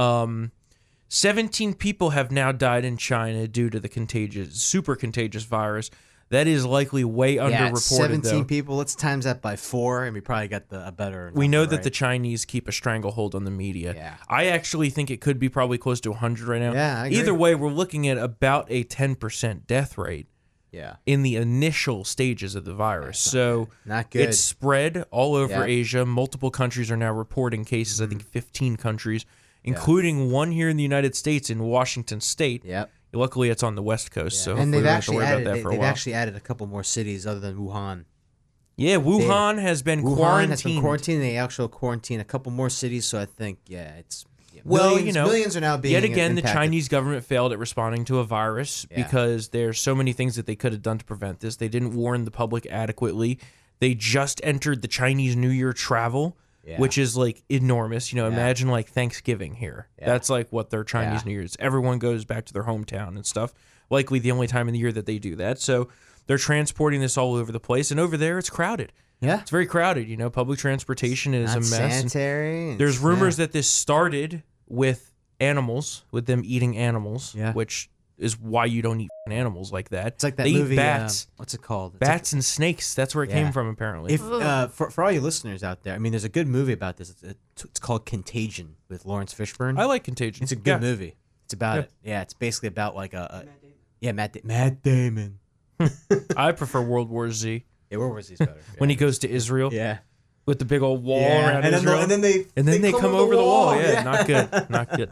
A: 17 people have now died in China due to the contagious, super contagious virus. That is likely way
B: yeah,
A: underreported.
B: it's Seventeen
A: though.
B: people. Let's times that by four, and we probably got the a better.
A: We know
B: number,
A: that the
B: right?
A: Chinese keep a stranglehold on the media.
B: Yeah.
A: I actually think it could be probably close to 100 right now.
B: Yeah, I agree.
A: Either way, we're looking at about a 10% death rate
B: yeah.
A: in the initial stages of the virus. So
B: Not good.
A: it's spread all over
B: Yeah. Mm-hmm.
A: Asia. Multiple countries are now reporting cases. I think 15 countries, including one here in the United States in Washington State.
B: Yep.
A: Luckily, it's on the West Coast, so
B: and
A: we don't
B: they've
A: have to
B: actually
A: worry
B: added
A: about that
B: they,
A: for a
B: have
A: while.
B: actually added a couple more cities other than Wuhan.
A: yeah, Wuhan has been
B: Wuhan
A: quarantined.
B: has been quarantined. They actually quarantine a couple more cities, so I think yeah, it's yeah,
A: Well,
B: millions,
A: you know,
B: millions are now being
A: yet again the
B: impacted.
A: Chinese government failed at responding to a virus because there's so many things that they could have done to prevent this. They didn't warn the public adequately. They just entered the Chinese New Year travel,
B: Yeah.
A: which is like enormous. You know, imagine like Thanksgiving here. That's like what their Chinese
B: Yeah.
A: New Year's. Everyone goes back to their hometown and stuff. Likely the only time in the year that they do that. So they're transporting this all over the place, and over there it's crowded.
B: Yeah.
A: It's very crowded. You know, public transportation is
B: Not
A: a mess. and-
B: sanitary. and-
A: there's rumors that this started with animals, with them eating animals,
B: Yeah.
A: which is why you don't eat f***ing animals like that.
B: It's like that
A: they
B: movie.
A: eat
B: uh,
A: bats,
B: what's it called? It's like-
A: bats and snakes. That's where it
B: Yeah.
A: came from, apparently.
B: if uh, for, for all you listeners out there, I mean, there's a good movie about this. It's, it's, it's called Contagion with Lawrence Fishburne.
A: I like Contagion.
B: It's a good
A: Yeah.
B: movie. It's about it. Yeah, it's basically about like a, a yeah Matt da- Matt Damon.
A: I prefer World War Z
B: Yeah, where was he better? Yeah.
A: when he goes to Israel
B: yeah.
A: with the big old wall
B: Yeah,
A: around
B: and then,
A: Israel.
B: the- and then they
A: And then they, come, over the wall. Yeah, not good. Not good.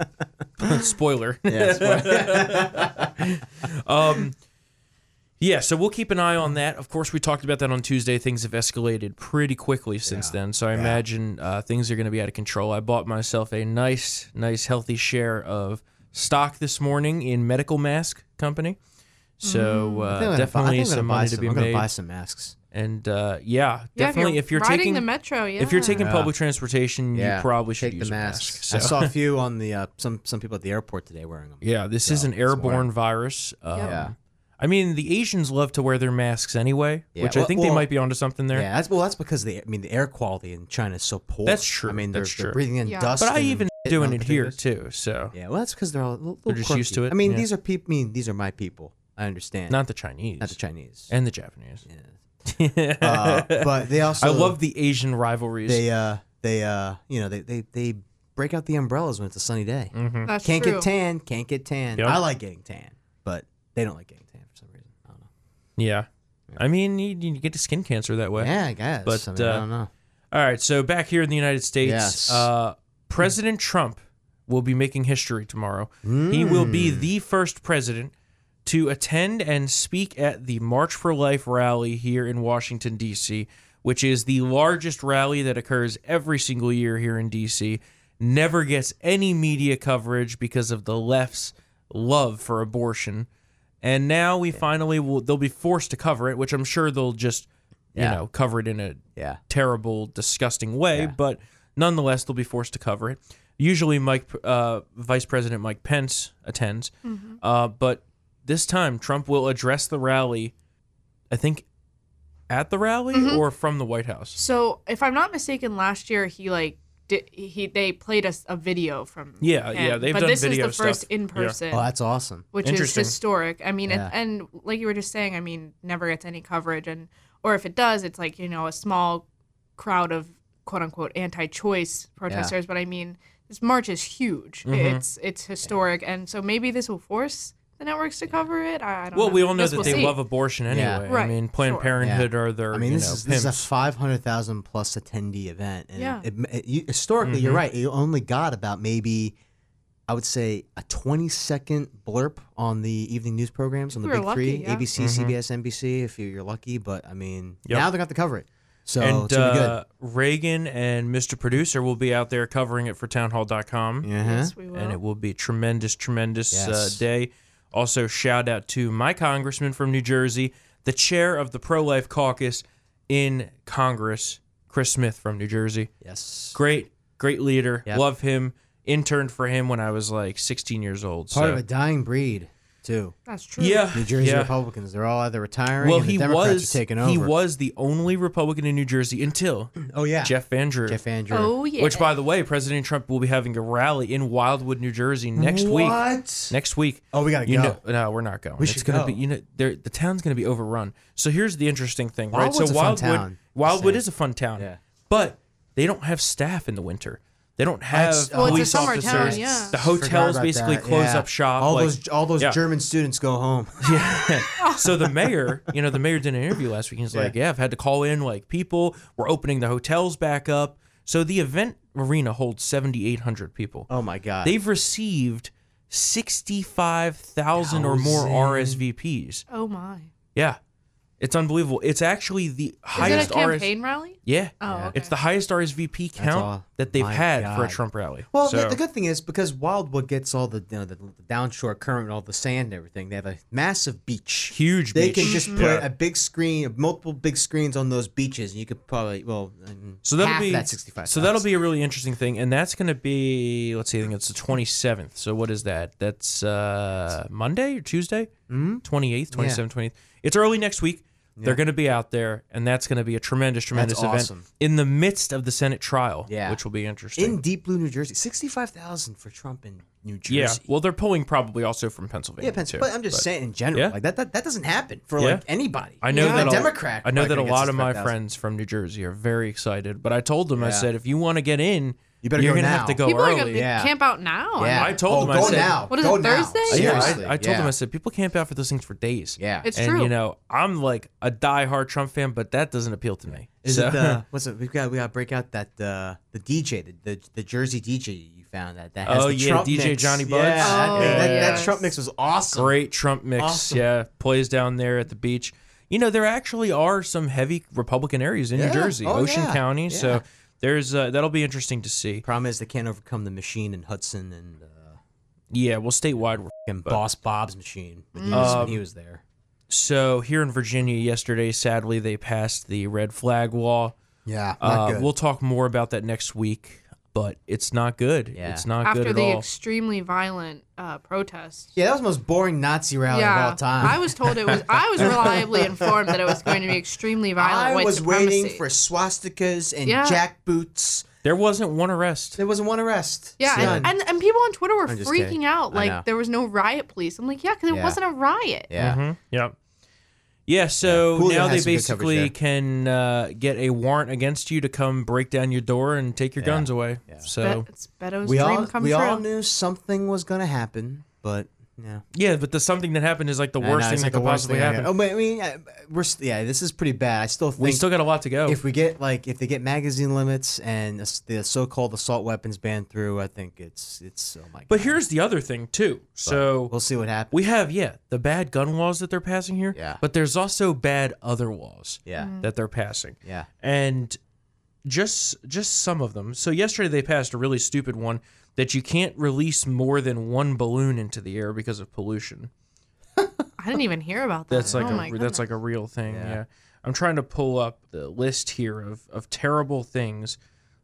A: Spoiler.
B: Yeah, spoiler.
A: Um, yeah, so we'll keep an eye on that. Of course, we talked about that on Tuesday. Things have escalated pretty quickly since then, so I imagine uh, things are going to be out of control. I bought myself a nice, nice, healthy share of stock this morning in Medical Mask Company. So
B: Mm,
A: uh,
B: I think I'm gonna buy- I
A: definitely
B: think I'm
A: some
B: gonna buy
A: money to
B: some-
A: be
B: I'm gonna
A: made,
B: buy some masks.
A: and uh, yeah,
C: Yeah,
A: definitely. If you're,
C: riding
A: taking
C: the metro, yeah.
A: if you're taking
B: Yeah.
A: public transportation, you probably should
B: take
A: use
B: the
A: a
B: masks.
A: mask. So.
B: I saw a few on the uh, some some people at the airport today wearing them.
A: Yeah, this is an airborne virus. Um,
B: Yeah.
A: I mean, the Asians love to wear their masks anyway,
B: Yeah,
A: which I
B: well-
A: think they
B: well-
A: might be onto something there.
B: Yeah, that's well, that's because the I mean the air quality in China is so poor.
A: That's true.
B: I mean they're,
A: That's
B: they're
A: true.
B: breathing in
C: Yeah.
B: dust.
A: but I
B: and
A: even
B: shit
A: doing
B: and
A: it here
B: potatoes.
A: too, so
B: Yeah, well, that's because they're all a little,
A: They're just
B: quirky.
A: used to it,
B: I mean
A: yeah.
B: these are people. I mean these are my people. I understand.
A: not the Chinese,
B: not the Chinese.
A: and the Japanese.
B: uh, but they also
A: I love the Asian rivalries.
B: they uh they uh you know they they they break out the umbrellas when it's a sunny day.
A: Mm-hmm.
C: That's
B: Can't
C: true.
B: get tan. Can't get tan.
A: Yep.
B: I like getting tan, but they don't like getting tan for some reason. I don't know.
A: yeah. I mean, you, you get to skin cancer that way.
B: Yeah, I guess.
A: But,
B: I, mean, I
A: uh,
B: don't know.
A: All right, so back here in the United States,
B: Yes.
A: uh, President Trump will be making history tomorrow. He will be
B: Mm.
A: the first president to attend and speak at the March for Life rally here in Washington, D.C., which is the largest rally that occurs every single year here in D.C. Never gets any media coverage because of the left's love for abortion. And now we finally will, they'll be forced to cover it, which I'm sure they'll just, you
B: Yeah.
A: know, cover it in a
B: Yeah.
A: terrible, disgusting way, but nonetheless, they'll be forced to cover it. Usually, Mike, uh, Vice President Mike Pence attends,
C: Mm-hmm.
A: uh, but this time Trump will address the rally. I think at the rally
C: Mm-hmm.
A: or from the White House.
C: So, if I'm not mistaken, last year he like did, he they played us a video from
A: Yeah,
C: him.
A: yeah, they've
C: but
A: done
C: this
A: video
C: is the first
A: stuff.
C: in
A: Yeah.
C: person.
B: Oh, that's awesome.
C: which is
A: Interesting.
C: historic. I mean,
B: Yeah.
C: and, and like you were just saying, I mean, never gets any coverage, and or if it does, it's like you know a small crowd of quote unquote anti-choice protesters. But I mean, this march is huge.
A: Mm-hmm.
C: It's it's historic, and so maybe this will force the networks to cover it. I, I don't
A: Well,
C: know.
A: we all know
C: Guess
A: that
C: we'll
A: they
C: see.
A: love abortion anyway.
B: Yeah.
A: I
C: Right,
A: mean, Planned
C: sure.
A: Parenthood are their,
B: I mean,
A: you
B: this
A: know,
B: is this is a
A: pimps.
B: five hundred thousand plus attendee event, and
C: Yeah.
B: it, it- you- historically,
A: Mm-hmm.
B: you're right. You only got about maybe, I would say, a twenty second blurb on the evening news programs on the
C: We were
B: big
C: lucky,
B: three:
C: yeah.
B: ABC, CBS, NBC. If you- you're lucky, but I mean,
A: Mm-hmm. Yep.
B: now they got to cover it, so
A: and
B: it's gonna be
A: uh, Reagan and Mr. Producer will be out there covering it for townhall.com.
B: good. Uh-huh.
C: Yes, we will.
A: and it will be a tremendous, tremendous
B: Yes.
A: uh, day. Also, shout out to my congressman from New Jersey, the chair of the pro life caucus in Congress, Chris Smith from New Jersey.
B: Yes,
A: Great, great leader.
B: Yep.
A: Love him. Interned for him when I was like 16 years old.
B: part
A: so.
B: of a dying breed too.
C: That's true.
A: Yeah.
B: New Jersey
A: yeah.
B: Republicans, they're all either retiring.
A: Well,
B: and the
A: he
B: Democrats
A: was
B: are taking over.
A: he was the only Republican in New Jersey until
B: Oh yeah,
A: Jeff Van Drew.
B: Jeff Andrew.
C: Oh yeah.
A: Which, by the way, President Trump will be having a rally in Wildwood, New Jersey next week.
B: What?
A: Next week.
B: Oh, we gotta
A: you
B: go.
A: Know, no, we're not going.
B: We
A: it's
B: should
A: gonna
B: go.
A: be you know there- the town's gonna be overrun. So here's the interesting thing, right?
B: Wildwood's
A: so
B: a fun
A: Wildwood
B: town,
A: Wildwood
B: say.
A: is a fun town.
B: Yeah.
A: But they don't have staff in the winter. They don't have
B: That's- uh, Well, it's a
A: police
C: summer
A: officers.
C: town, yeah.
A: The
B: Forgot
A: hotels
B: about
A: basically
B: that,
A: close
B: yeah.
A: up shop.
B: All
A: like-
B: those all those
A: Yeah.
B: German students go home.
A: so the mayor, you know, the mayor did an interview last week. and He's like, "Yeah, I've had to call in like people. We're opening the hotels back up." So the event arena holds 7,800 people.
B: Oh my god.
A: They've received 65,000 or more
B: Thousand.
A: RSVPs.
C: Oh my. Is
A: Yeah. It's unbelievable. It's actually the highest
C: it a
A: RS
C: campaign rally?
A: Yeah.
C: Oh, okay.
A: It's the highest RSVP count
B: all.
A: that they've
B: My
A: had for a
B: God.
A: Trump rally.
B: Well,
A: So-
B: the, the good thing is because Wildwood gets all the you know the, the downshore current, all the sand and everything. They have a massive beach,
A: Huge
B: They
A: beach.
B: can just put
A: Yeah.
B: a big screen, multiple big screens on those beaches, and you could probably well. mm,
A: So that'll
B: half
A: be
B: that sixty-five.
A: So that'll be a really interesting thing, and that's going to be let's see, I think it's the twenty seventh. So what is that? That's uh, Monday or Tuesday,
B: Mm-hmm.
A: twenty eighth, twenty seventh, twenty eighth. It's early next week. They're going to be out there, and that's going to be a tremendous, tremendous
B: awesome.
A: event in the midst of the Senate trial,
B: Yeah.
A: which will be interesting.
B: in Deep Blue, New Jersey, sixty-five thousand for Trump in New Jersey.
A: yeah, well, they're pulling probably also from Pennsylvania.
B: Yeah, Pennsylvania.
A: too,
B: But I'm just saying in general,
A: Yeah.
B: like that, that that doesn't happen for
A: Yeah.
B: like anybody.
A: I know
B: Even
A: that
B: a
A: a-
B: Democrat.
A: I know that a
B: probably
A: lot of my
B: gets
A: friends from New Jersey are very excited, but I told them I
B: Yeah.
A: said if you want to get in,
B: You better
A: you're
B: go
A: gonna have to
B: now."
A: go
C: People
A: early.
C: are gonna
B: Yeah.
C: camp out now.
B: 65,000. Yeah.
A: I told
B: oh,
A: them, I
B: go
A: said-
B: now.
C: What is
B: go
C: it,
B: now.
C: Thursday?
A: Yeah,
B: Seriously.
A: I, I told
B: yeah.
A: them, I said, people camp out for those things for days.
B: Yeah.
C: It's
A: and,
C: true.
A: you know, I'm like a die-hard Trump fan, but that doesn't appeal to me.
B: Is
A: So-
B: it the what's it? We've got we got to break out that uh, the DJ the, the the Jersey DJ you found that that has
A: Oh,
B: the
A: yeah,
B: Trump
A: DJ
B: mix.
A: Johnny
B: Yeah,
A: Buds?
B: that,
C: Oh,
B: that,
C: yes.
B: that Trump mix was awesome.
A: great Trump mix?
B: Awesome.
A: Yeah, plays down there at the beach. You know, there actually are some heavy Republican areas in
B: Yeah.
A: New Jersey,
B: Oh,
A: Ocean
B: yeah.
A: County.
B: Yeah.
A: So there's uh, that'll be interesting to see.
B: Problem is they can't overcome the machine and Hudson and uh,
A: Yeah, well, statewide. we're
B: and Boss Bob's machine when
A: Mm.
B: he, was, when
A: Um,
B: he was there.
A: So here in Virginia yesterday, sadly, they passed the red flag law.
B: Yeah,
A: Uh, we'll talk more about that next week, but it's not good.
B: Yeah.
A: It's not good
C: After
A: at
C: the
A: all.
C: extremely violent uh, protest.
B: yeah, that was the most boring Nazi rally
C: yeah,
B: of all time.
C: I was told it was. I was reliably informed that it was going to be extremely violent.
B: I
C: white
B: was
C: supremacy.
B: waiting for swastikas and
C: Yeah.
B: jackboots.
A: there wasn't one arrest.
B: There wasn't one arrest.
C: Yeah,
B: None.
C: and, and, and people on Twitter were
B: I'm just
C: freaking
B: kidding.
C: out
B: I know.
C: like there was no riot police. I'm like, yeah, because it
B: Yeah. wasn't
C: wasn't a riot.
B: yeah.
A: Yeah. Yeah, so
B: Julio
A: now
B: has
A: they
B: some good
A: basically
B: coverage there.
A: can uh, get a warrant against you to come break down your door and take your guns away. So
C: it's Beto's
B: We
C: dream
B: all
C: come
B: we
C: true.
B: all knew something was gonna happen, but yeah.
A: yeah, but the something that happened is like the
B: I know,
A: worst
B: it's
A: thing that
B: like the
A: could
B: worst
A: possibly
B: thing I
A: happen.
B: got. Oh, but I mean, I- we're st- yeah, this is pretty bad. I still think
A: we still got a lot to go.
B: Oh, if we get like if they get magazine limits and as- the so-called assault weapons ban through, I think it's it's oh my god.
A: but here's the other thing too. So
B: we'll see what happens.
A: we have yeah the bad gun laws that they're passing here.
B: Yeah.
A: But there's also bad other laws.
B: Yeah.
C: Mm.
B: Mhm.
A: That they're passing.
B: yeah,
A: and just just some of them. So yesterday they passed a really stupid one that you can't release more than one balloon into the air because of pollution.
C: I didn't even hear about that.
A: That's like
C: oh my
A: a that's
C: goodness.
A: like a real thing. Yeah. I'm trying to pull up the list here of of terrible things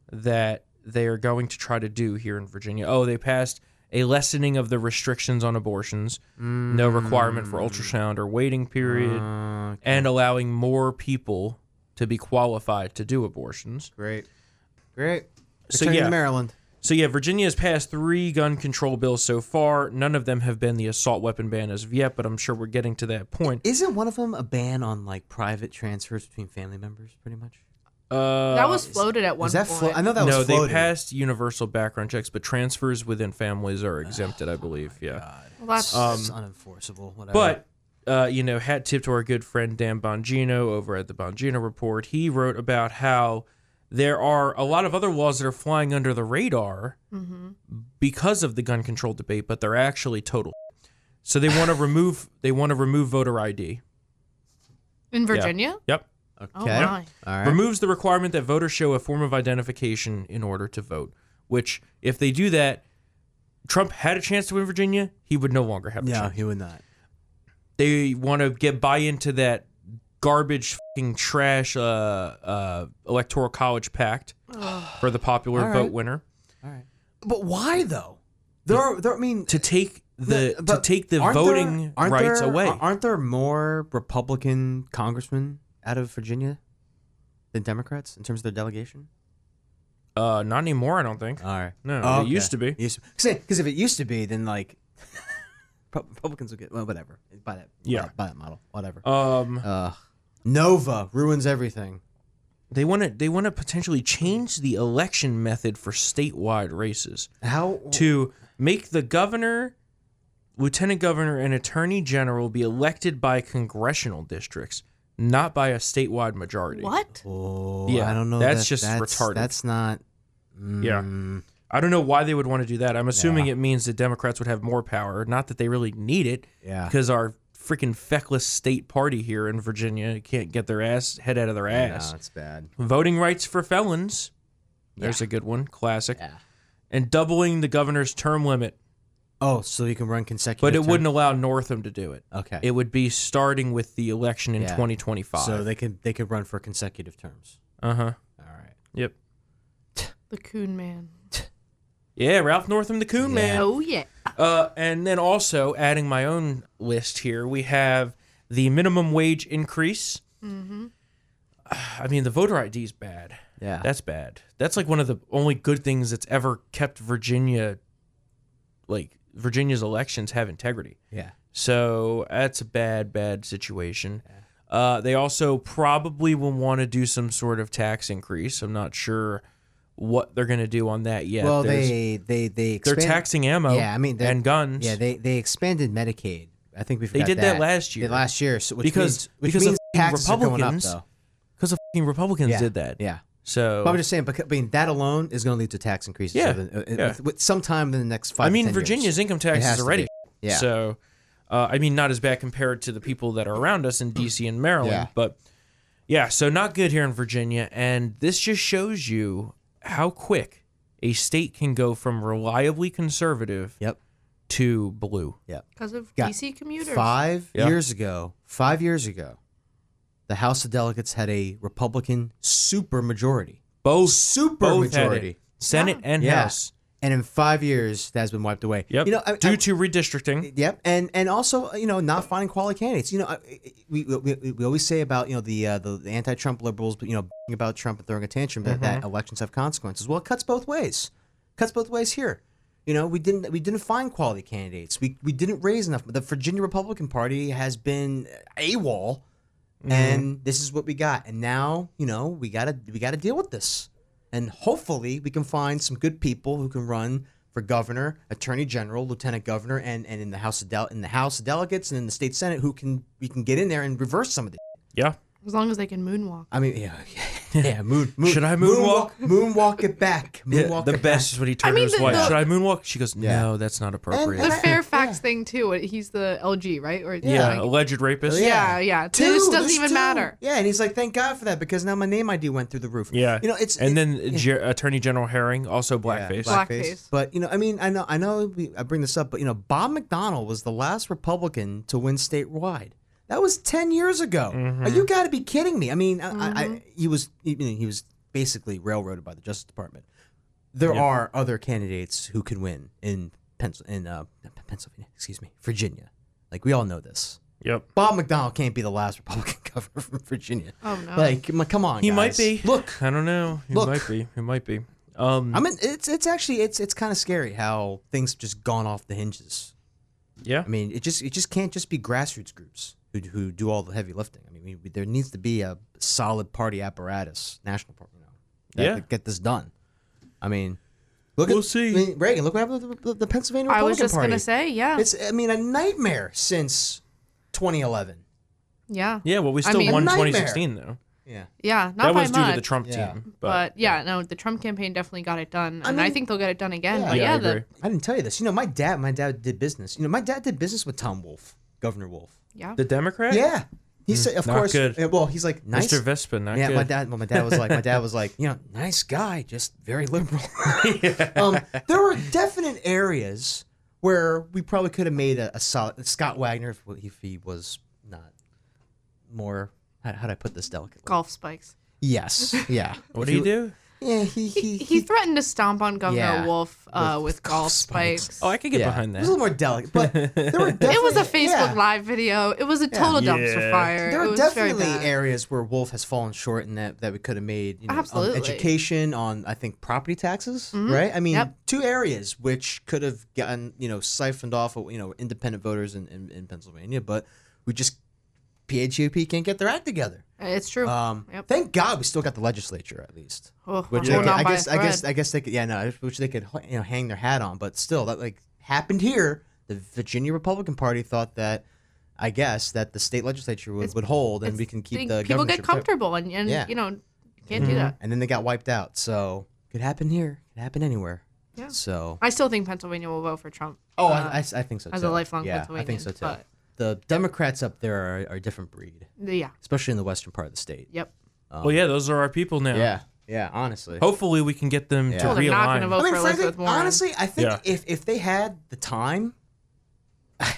A: that they are going to try to do here in Virginia. Oh, they passed a lessening of the restrictions on abortions, no requirement for ultrasound or waiting period, and allowing more people to be qualified to do abortions.
B: great, great.
A: So,
B: Returning
A: yeah.
B: to Maryland.
A: So yeah, Virginia has passed three gun control bills so far. None of them have been the assault weapon ban as of yet, but I'm sure we're getting to that point.
B: Isn't one of them a ban on like private transfers between family members? Pretty much.
A: Uh,
C: that was floated at one
B: Was that?
C: point.
B: Flo- I know that
A: no,
B: was.
A: they
B: floated.
A: passed universal background checks, but transfers within families are exempted, I believe.
B: Oh,
A: yeah,
C: well, that's
A: Uh,
B: it's unenforceable. Whatever.
A: um, but. Uh, you know, hat tip to our good friend Dan Bongino over at the Bongino Report. He wrote about how there are a lot of other laws that are flying under the radar because of the gun control debate, but they're actually total. So they want to remove they want to remove voter ID.
C: in Virginia.
A: Yep.
C: Oh
B: okay.
C: my.
B: All right.
A: Removes the requirement that voters show a form of identification in order to vote, which, if they do that, Trump had a chance to win Virginia. He would no longer have a
B: No,
A: chance.
B: he would not.
A: They want to get buy into that garbage, fucking trash uh, uh, electoral college pact for the popular
B: All
A: vote
B: right.
A: winner
B: But why though? There are. There, I mean,
A: to take the
B: No,
A: to
B: but
A: take the
B: aren't
A: voting
B: there- aren't
A: rights
B: there-
A: away.
B: Aren't there more Republican congressmen out of Virginia than Democrats in terms of their delegation?
A: Uh, not anymore, I don't think.
B: All right.
A: No, it used to be.
B: Because if it used to be, then like Pro- Republicans would get well, whatever. By that,
A: Yeah.
B: by that, by that model, whatever.
A: Um,
B: Ugh. Nova ruins everything.
A: they want to they want to potentially change the election method for statewide races.
B: How
A: to make the governor, lieutenant governor, and attorney general be elected by congressional districts, not by a statewide majority.
C: What?
B: Oh,
A: Yeah,
B: I don't know.
A: that's
B: that-
A: just retarded.
B: That's not.
A: Yeah.
B: mm,
A: I don't know why they would want to do that. I'm assuming it means that Democrats would have more power. Not that they really need it,
B: Yeah.
A: because our freaking feckless state party here in Virginia can't get their ass head out of their ass.
B: that's bad.
A: Voting rights for felons. There's a good one, classic.
B: Yeah.
A: And doubling the governor's term limit,
B: Oh, so you can run consecutive.
A: but it
B: term- Oh,
A: wouldn't allow Northam to do it.
B: Okay.
A: It would be starting with the election in
B: Yeah.
A: 2025.
B: So they could they could run for consecutive terms.
A: uh huh.
B: All right.
A: Yep.
C: The Coon Man.
A: Yeah, Ralph Northam, the Coon Man.
C: Oh yeah.
A: Uh, and then also adding my own list here, we have the minimum wage increase. Mm-hmm. I mean, the voter ID is bad.
B: Yeah.
A: That's bad. That's like one of the only good things that's ever kept Virginia, like Virginia's elections have integrity.
B: yeah.
A: So that's a bad, bad situation. Uh, they also probably will want to do some sort of tax increase. I'm not sure what they're going to do on that yet.
B: well,
A: There's-
B: they they they
A: they're
B: expand,
A: taxing ammo.
B: Yeah, I mean they're-
A: and guns.
B: Yeah, they they expanded Medicaid. I think we
A: They
B: forgot
A: did that last
B: They-
A: year.
B: last year, so, which
A: Because-
B: means, which
A: because the
B: means
A: f***ing
B: taxes are going up,
A: Republicans
B: though.
A: because the fucking Republicans
B: Yeah,
A: did that.
B: Yeah.
A: So
B: But I'm just saying, because, I mean, that alone is going to lead to tax increases.
A: Yeah,
B: over the- uh,
A: yeah.
B: With, with sometime in the next five.
A: I
B: to
A: mean,
B: 10 years.
A: Virginia's income
B: It
A: tax is
B: has to
A: already.
B: be. Yeah.
A: So, uh, I mean, not as bad compared to the people that are around us in DC and Maryland,
B: Yeah.
A: but yeah, so not good here in Virginia, and this just shows you how quick a state can go from reliably conservative
B: Yep.
A: to blue.
B: Yep.
C: Because of
B: Got
C: DC commuters.
B: Five
A: Yeah.
B: years ago, five years ago, the House of Delegates had a Republican supermajority.
A: Both
B: Super
A: both had it.
B: majority.
A: Senate and
B: Yeah.
A: House.
B: And in five years, that's been wiped away.
A: Yep.
B: You know, I,
A: due
B: I-
A: to redistricting.
B: Yep, and and also uh, you know not finding quality candidates. You know, I, I- we, we we always say about you know the uh, the, the anti-Trump liberals, but you know b***ing about Trump and throwing a tantrum that, that elections have consequences. Well, it cuts both ways. Cuts both ways here. You know, we didn't we didn't find quality candidates. We we didn't raise enough. The Virginia Republican Party has been AWOL, and this is what we got. And now you know we gotta we gotta deal with this. And hopefully we can find some good people who can run for governor, attorney general, lieutenant governor, and, and in the House of Del- in the House of Delegates and in the state senate who can we can get in there and reverse some of this.
A: Yeah.
C: As long as they can moonwalk.
B: I mean, yeah, yeah, yeah moon, moon-
A: Should I moonwalk?
B: Moonwalk, moonwalk it back. Moonwalk
A: the
B: it
A: best is when he turned
C: mean,
A: to his
C: the-
A: wife.
C: the-
A: Should I moonwalk? She goes,
B: Yeah.
A: No, that's not appropriate.
C: The
B: Yeah.
C: Fairfax thing too. He's the LG, right? Or
A: yeah,
C: like-
A: Uh, alleged rapist.
B: back.
C: Yeah, yeah. This doesn't
B: there's
C: even
B: two.
C: matter.
B: Yeah, and he's like, thank God for that because now my name ID went through the roof.
A: Yeah.
B: you know it's
A: and
B: it-
A: then Jer- Attorney General Herring also blackface.
C: black- Blackface.
B: But you know, I mean, I know, I know, we, I bring this up, but you know, Bob McDonnell was the last Republican to win statewide. That was ten years ago.
A: Mm-hmm.
B: Are You got to be kidding me! I mean, I I,
C: Mm-hmm.
B: I, he was, you know, he was basically railroaded by the Justice Department. There are other candidates who can win in Pens- in uh, Pennsylvania, excuse me, Virginia. Like we all know this.
A: Yep.
B: Bob McDonnell can't be the last Republican governor from Virginia.
C: Oh, no.
B: Like, m- come on,
A: He might
B: guys.
A: be.
B: Look,
A: I don't know. He
B: Look.
A: might be. He might be. Um.
B: I mean, it's it's actually it's it's kind of scary how things have just gone off the hinges.
A: yeah.
B: I mean, it just it just can't just be grassroots groups who who do all the heavy lifting. I mean, we, we- there needs to be a solid party apparatus, national party, you know, that
A: Yeah.
B: could get this done. I mean, look
A: We'll
B: at
A: see.
B: I mean, Reagan. Look what happened to the, the, the Pennsylvania
C: I
B: Republican
C: was just
B: Party.
C: gonna say, yeah,
B: it's I mean a nightmare since 2011.
C: yeah,
A: yeah. Well, we
C: I
A: still
C: mean-
A: won
B: Nightmare.
A: 2016 though.
B: Yeah.
C: yeah. Not
A: That
C: by
A: was due
C: much,
A: to the Trump
B: Yeah.
A: team. But,
C: but yeah, no, the Trump campaign definitely got it done, and I,
B: mean-
C: think they'll get it done again.
B: Yeah.
C: but
A: yeah,
C: yeah,
A: I
C: the,
A: agree.
B: I didn't tell you this. You know, my dad, my dad did business. You know, my dad did business with Tom Wolf, Governor Wolf.
C: yeah,
A: the Democrat.
B: Yeah. He said, of
A: Mm, not
B: course.
A: good.
B: yeah, Well, he's like, nice.
A: Mr. Vespa. Not
B: yeah,
A: good.
B: my dad. Well, my dad was like, my dad was like, you know, nice guy, just very liberal. um, there were definite areas where we probably could have made a, a solid Scott Wagner if, if he was not more. How, how do I put this delicately?
C: golf spikes.
B: Yes. Yeah.
A: What do
B: If
A: you do?
B: Yeah. He he.
C: He threatened to stomp on Governor
B: Yeah.
C: Wolf uh, with, golf
B: spikes.
C: spikes.
A: Oh, I could get
B: yeah.
A: behind
B: It was
A: that.
B: a little more delicate, but there were
C: it was a
B: definitely- yeah.
C: Facebook Live video. It was a total dumpster
A: Yeah.
C: fire.
B: There
C: it
B: are
C: was
B: definitely
C: very bad.
B: areas where Wolf has fallen short in that that we could have made you know, on
C: Absolutely. Mm-hmm.
B: education on I think property taxes, right? I mean,
C: Yep.
B: two areas which could have gotten you know siphoned off of, you know independent voters in, in, in Pennsylvania, but we just PHUP can't get their act together.
C: It's true.
B: Um,
C: Yep.
B: Thank God we still got the legislature at least.
C: Oh,
B: Which
C: I'm
B: I,
C: holding on
B: I
C: by a
B: guess I guess
C: thread.
B: I guess they could yeah no which they could you know hang their hat on, but still that like happened here. The Virginia Republican Party thought that I guess that the state legislature would, would hold and we can keep
C: Think
B: the
C: people get
B: governorship.
C: comfortable, and, and
B: Yeah.
C: you know, can't do that.
B: And then they got wiped out. So could happen here. Could happen anywhere.
C: Yeah.
B: So
C: I still think Pennsylvania will vote for Trump.
B: Oh,
C: Uh,
B: I, I, I think so.
C: as a
B: too.
C: lifelong
B: yeah, I think so
C: Pennsylvanian,
B: too.
C: but-
B: The Democrats up there are, are a different breed,
C: yeah.
B: especially in the western part of the state.
C: Yep.
A: well, yeah, those are our people now.
B: Yeah, yeah. Honestly,
A: Hopefully, we can get them to
B: Well,
C: they're not
A: realign.
C: gonna vote.
B: I mean,
C: for
B: frankly,
C: Elizabeth Warren.
B: honestly, I think
A: Yeah.
B: if if they had the time,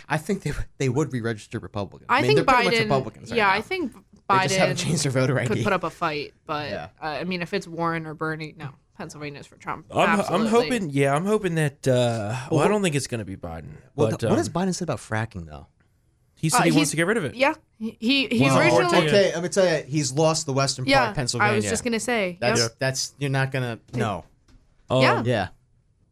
B: I think they would they would re-register Republicans.
C: I,
B: mean,
C: think
B: they're pretty
C: Biden.
B: much Republicans. right
C: yeah,
B: now.
C: I think
B: They just haven't changed their
C: Biden
B: voter ID.
C: could put up a fight, but
B: Yeah.
C: uh, I mean, if it's Warren or Bernie, no, Pennsylvania's for Trump.
A: I'm, I'm
C: Absolutely.
A: hoping. Yeah, I'm hoping that. Uh, well, I don't think it's going to be Biden.
B: well,
A: But
B: th-
A: um,
B: what has Biden said about fracking though?
A: he said
C: Uh,
A: he
C: he's-
A: wants to get rid of it.
C: Yeah, he he- he's
A: Well,
C: originally.
A: Ortega-
B: Okay, let me tell you, he's lost the western part
C: Yeah,
B: of Pennsylvania.
C: I was just gonna say.
B: That's
C: yep.
B: that's you're not gonna no.
A: Um,
C: Yeah.
B: Yeah.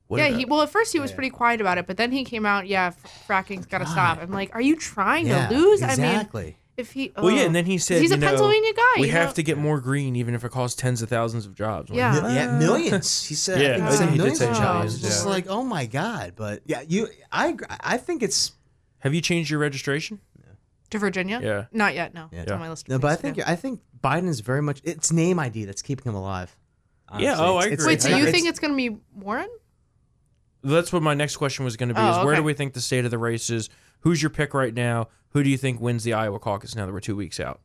A: what
C: Yeah,
A: about-
C: he, well, at first he was pretty quiet about it, but then he came out, yeah, f- fracking's got to stop. I'm like, are you trying
B: yeah,
C: to lose? I mean,
B: Exactly.
C: if he.
A: Well, yeah,
C: ugh.
A: and then he said
C: He's a
A: you know,
C: Pennsylvania guy.
A: We
C: you
A: have
C: know?
A: to get more green, even if it costs tens of thousands of jobs. Like,
C: Yeah.
B: Mi- yeah, millions. He said,
A: Yeah, I
B: I think he said
A: think he did
B: millions
A: say
B: of
A: millions,
B: jobs. It's Just
A: yeah.
B: like, oh my god. But yeah, you, I, agree- I think it's.
A: Have you changed your registration?
C: To Virginia?
A: Yeah.
C: Not yet, no. It's on
A: Yeah.
C: my list. of
B: No, but I
C: things to
B: think
C: do.
B: I think Biden is very much. It's name ID that's keeping him alive.
A: Yeah,
B: honestly.
A: oh, I
B: It's-
A: agree.
C: Wait, so
B: it's-
C: you
B: it's-
C: think it's going to be Warren?
A: That's what my next question was going to be:
C: Oh,
A: is where
C: okay.
A: do we think the state of the race is? Who's your pick right now? Who do you think wins the Iowa caucus now that we're two weeks out?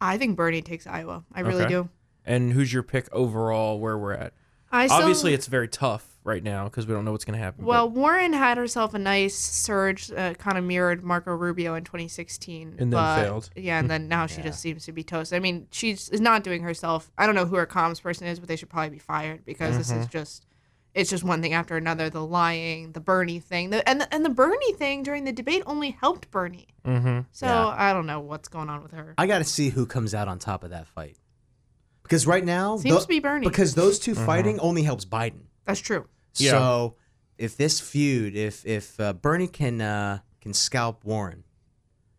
C: I think Bernie takes Iowa. I really
A: Okay.
C: do.
A: And who's your pick overall? Where we're at?
C: I still,
A: Obviously, it's very tough right now because we don't know what's going to happen. but-
C: Well, Warren had herself a nice surge, uh, kind of mirrored Marco Rubio in 2016,
A: And then
C: but-
A: failed.
C: Yeah, and then now she just seems to be toast. I mean, she's is not doing herself. I don't know who her comms person is, but they should probably be fired because this is just, it's just one thing after another. The lying, the Bernie thing, the, and the, and the Bernie thing during the debate only helped Bernie. Mm-hmm. So
B: Yeah.
C: I don't know what's going on with her.
B: I got to see who comes out on top of that fight. Because right now,
C: Seems to be Bernie.
B: Because those
A: Mm-hmm.
B: 2 fighting only helps Biden.
C: That's true.
A: Yeah.
B: So if this feud, if if uh, Bernie can uh, can scalp Warren,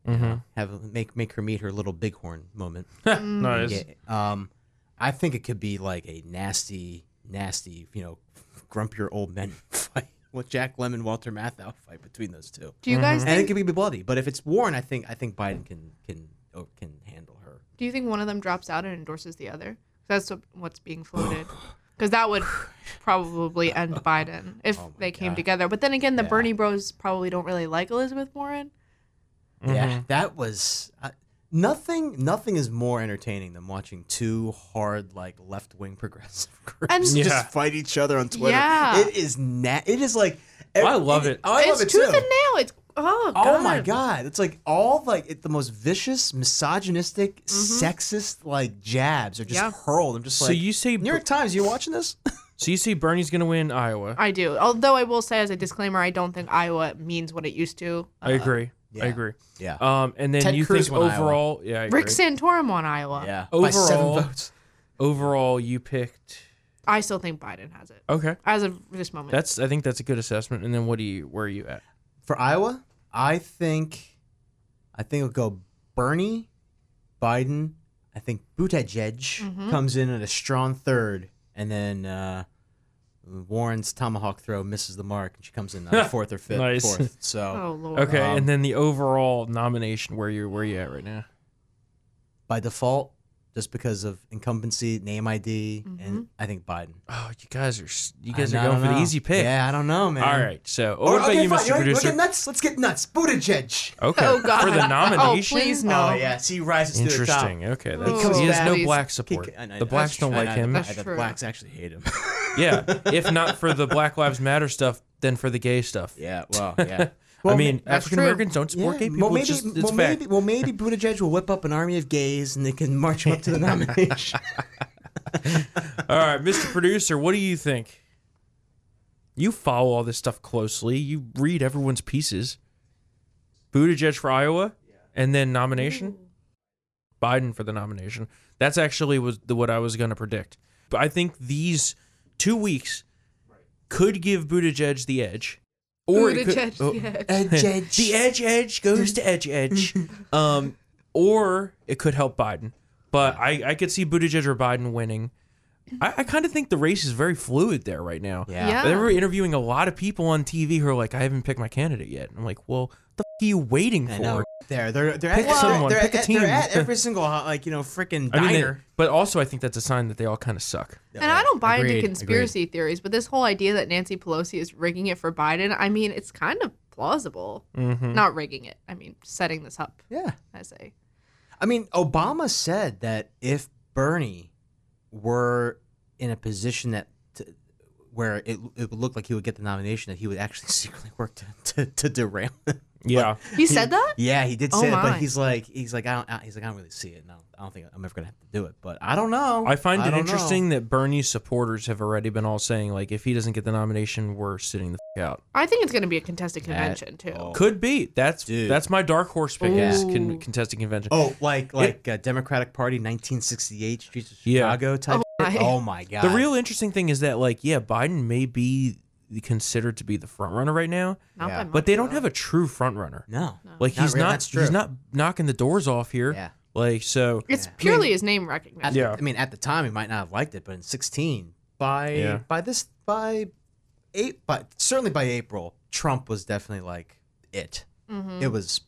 B: you know, have make make her meet her little bighorn moment.
A: Mm-hmm. nice.
B: yeah, um, I think it could be like a nasty, nasty, you know, grumpier old men fight. What Jack Lemon, Walter Matthau fight between those two,
C: Do you guys
B: and it
C: think?
B: could be bloody. But if it's Warren, I think I think Biden can can oh, can handle her.
C: Do you think one of them drops out and endorses the other? That's what- what's being floated. Because that would probably end Biden if they came together. But then again, the Bernie Bros probably don't really like Elizabeth Warren.
A: Mm-hmm.
B: Yeah, that was uh, nothing. Nothing is more entertaining than watching two hard, like left wing progressive groups
C: And-
A: Yeah.
B: just fight each other on Twitter.
C: Yeah.
B: It is na- It is like e-,
A: Oh,
B: Oh,
A: I love it.
B: I love
C: it's
B: it
C: tooth
B: too.
C: and nail. It's oh, god.
B: Oh my god! It's like all like it, the most vicious, misogynistic, sexist like jabs are just
C: Mm-hmm. Yeah.
B: hurled. I'm just
A: So
B: like,
A: you say
B: New York Times? You watching this?
A: So you see, Bernie's going to win Iowa.
C: I do. Although I will say, as a disclaimer, I don't think Iowa means what it used to.
A: I agree.
B: yeah.
A: I agree.
B: Yeah.
A: Um, and then
B: Ted
A: you
B: Cruz
A: think
B: won Iowa.
A: overall, yeah, I agree.
C: Rick Santorum on Iowa.
B: by seven
A: Overall-
B: votes.
A: overall, you picked.
C: I still think Biden has it
A: Okay,
C: as of this moment.
A: that's. I think that's a good assessment. And then what do you? Where are you at?
B: for Iowa, I think, I think it'll go Bernie, Biden. I think Buttigieg comes in at a strong third, and then uh, Warren's tomahawk throw misses the mark, and she comes in uh, fourth or fifth.
A: Nice.
B: Fourth. So
C: oh lord.
A: Okay,
B: Um,
A: and then the overall nomination. Where you? Where you at right now?
B: by default, just because of incumbency, name ID, and I think Biden.
A: Oh, you guys are. s- You
B: I
A: guys
B: don't
A: are going for the
B: know.
A: easy pick.
B: Yeah, I don't know, man.
A: All right. So, or
B: Or,
A: what about
B: okay,
A: you,
B: fine.
A: Mr.
B: You know what? Let's
A: Producer?
B: get nuts. Let's get nuts. Buttigieg.
A: Okay.
C: Oh, God.
A: For the
C: Oh,
A: nomination.
C: please, no.
B: Oh yeah, see, he rises to the top.
A: Interesting. Okay. That's,
C: comes
A: he has
C: back.
A: no
C: Please.
A: black
B: He-
A: support.
B: I know,
A: the blacks
B: that's
A: don't
B: true. I
A: like
B: know,
A: him.
C: That's
B: The
C: true.
B: blacks actually hate him.
A: yeah. If not for the Black Lives Matter stuff, then for the gay stuff.
B: Yeah, well, yeah.
A: I mean,
C: that's
A: African Americans don't
B: Yeah,
A: support gay people.
B: well, maybe,
A: it's just, it's
B: well,
A: fact.
B: maybe, well, maybe Buttigieg will whip up an army of gays and they can march up to the nomination.
A: All right, Mr. Producer, what do you think? You follow all this stuff closely. You read everyone's pieces. Buttigieg for Iowa, and then nomination. Biden for the nomination. That's actually was the, what I was going to predict. But I think these two weeks could give Buttigieg the edge, or it could-
C: Buttigieg,
A: oh,
C: yeah.
A: the edge edge goes to edge edge. Um, or it could help Biden, but I, I could see Buttigieg or Biden winning. I, I kind of think the race is very fluid there right now.
B: Yeah.
C: Yeah.
A: They were interviewing a lot of people on TV who are like, I haven't picked my candidate yet. I'm like, well, the f- are you waiting
B: I
A: for?
B: know. There, they're they're at
A: Pick
B: every-
A: someone,
B: They're,
A: pick a
B: at,
A: team.
B: they're at every single hot- like you know freaking
A: I mean, they-
B: diner.
A: but also, I think that's a sign that they all kind of suck.
C: And I don't buy
B: Agreed,
C: into conspiracy theories, but this whole idea that Nancy Pelosi is rigging it for Biden, I mean, it's kind of plausible.
A: Mm-hmm. Mm.
C: Not rigging it. I mean, setting this up
B: yeah.
C: as a.
B: I mean, Obama said that if Bernie were in a position that to, where it, it would look like he would get the nomination, that he would actually secretly work to, to, to derail. it.
A: Yeah.
C: He said that?
B: yeah, he did
C: Oh
B: say it,
C: my.
B: but he's like, he's like, I don't, I- he's like, I don't really see it. No, I don't think I'm ever gonna have to do it. But I don't know.
A: I find it
B: don't
A: interesting
B: Know.
A: that Bernie's supporters have already been all saying, like, if he doesn't get the nomination, we're sitting the f- out.
C: I think it's going to be a contested convention, too.
A: Could be. That's
B: Dude.
A: that's my dark horse pick is
C: Ooh.
A: con- contesting convention.
B: Oh, like like uh, Democratic Party 1968 Streets of
A: Yeah.
B: Chicago type.
C: Oh
B: shit?
C: my.
B: Oh my god.
A: The real interesting thing is that, like, yeah, Biden may be considered to be the front runner right now,
C: Not
B: yeah.
C: by
A: but they
C: much,
A: don't have a true front runner.
B: no.
A: Like he's
B: really,
A: not
B: that's true.
A: he's not knocking the doors off here.
B: Yeah.
A: Like so
C: though. It's purely his name recognition.
B: At-
A: Yeah.
B: I mean, at the time, he might not have liked it, but in 16, by
A: Yeah.
B: by this by eight, but certainly by April, Trump was definitely like it.
C: Mm-hmm.
B: It was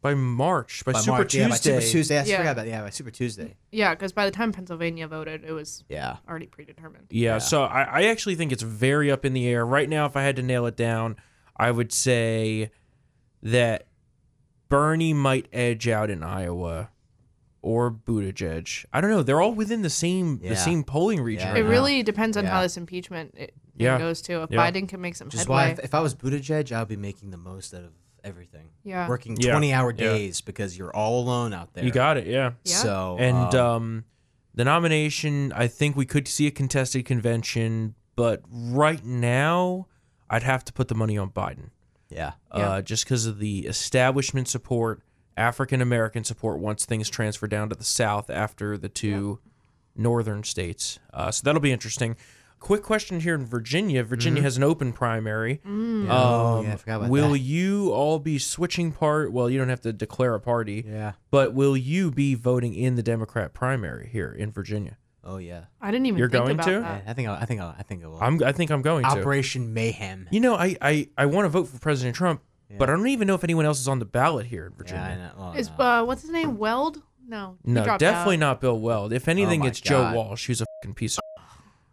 A: by March, by,
B: by
A: Super
B: March,
A: Tuesday.
B: yeah, by Super Tuesday. I
C: Yeah.
B: forgot about yeah, by Super Tuesday.
C: Yeah, because by the time Pennsylvania voted, it was
B: Yeah,
C: already predetermined.
A: Yeah, so I, I actually think it's very up in the air. Right now, if I had to nail it down, I would say that Bernie might edge out in Iowa or Buttigieg. I don't know. They're all within the same
B: Yeah.
A: the same polling region.
B: Yeah.
A: right
C: It
A: now.
C: really depends on how
B: Yeah.
C: this impeachment it
A: Yeah.
C: goes to. If
A: Yeah.
C: Biden can make some
B: which is
C: headway,
B: why if, if I was Buttigieg, I would be making the most out of everything.
C: Yeah.
B: working
A: Yeah.
B: 20 hour
A: Yeah.
B: days because you're all alone out there.
A: you got it. Yeah.
C: Yeah.
B: so
A: And
B: um,
A: um, the nomination, I think we could see a contested convention, but right now, I'd have to put the money on Biden.
B: yeah,
A: uh, just because of the establishment support, African American support once things transfer down to the South after the two northern states. Uh, so that'll be interesting. Quick question here in Virginia. Virginia has an open primary. Um,
C: Hmm.
B: Oh, yeah, I forgot Mm-hmm. about
A: will
B: that.
A: you all be switching part? Well, you don't have to declare a party.
B: Yeah.
A: But will you be voting in the Democrat primary here in Virginia?
B: oh yeah.
C: I didn't even
A: You're
C: think
A: going
C: about
A: to?
C: that.
B: I think I'll, I think I'll, I think I will.
A: I'm. I think I'm going to.
B: Operation Mayhem.
A: You know, I I, I want to vote for President Trump, but I don't even know if anyone else is on the ballot here in Virginia.
B: Yeah, I know. Well,
C: Is
B: no.
C: uh, what's his name? Weld? No, he
A: No,
C: dropped
A: definitely
C: out.
A: not Bill Weld. If anything,
B: Oh my
A: it's
B: God.
A: Joe Walsh, who's a fucking piece of.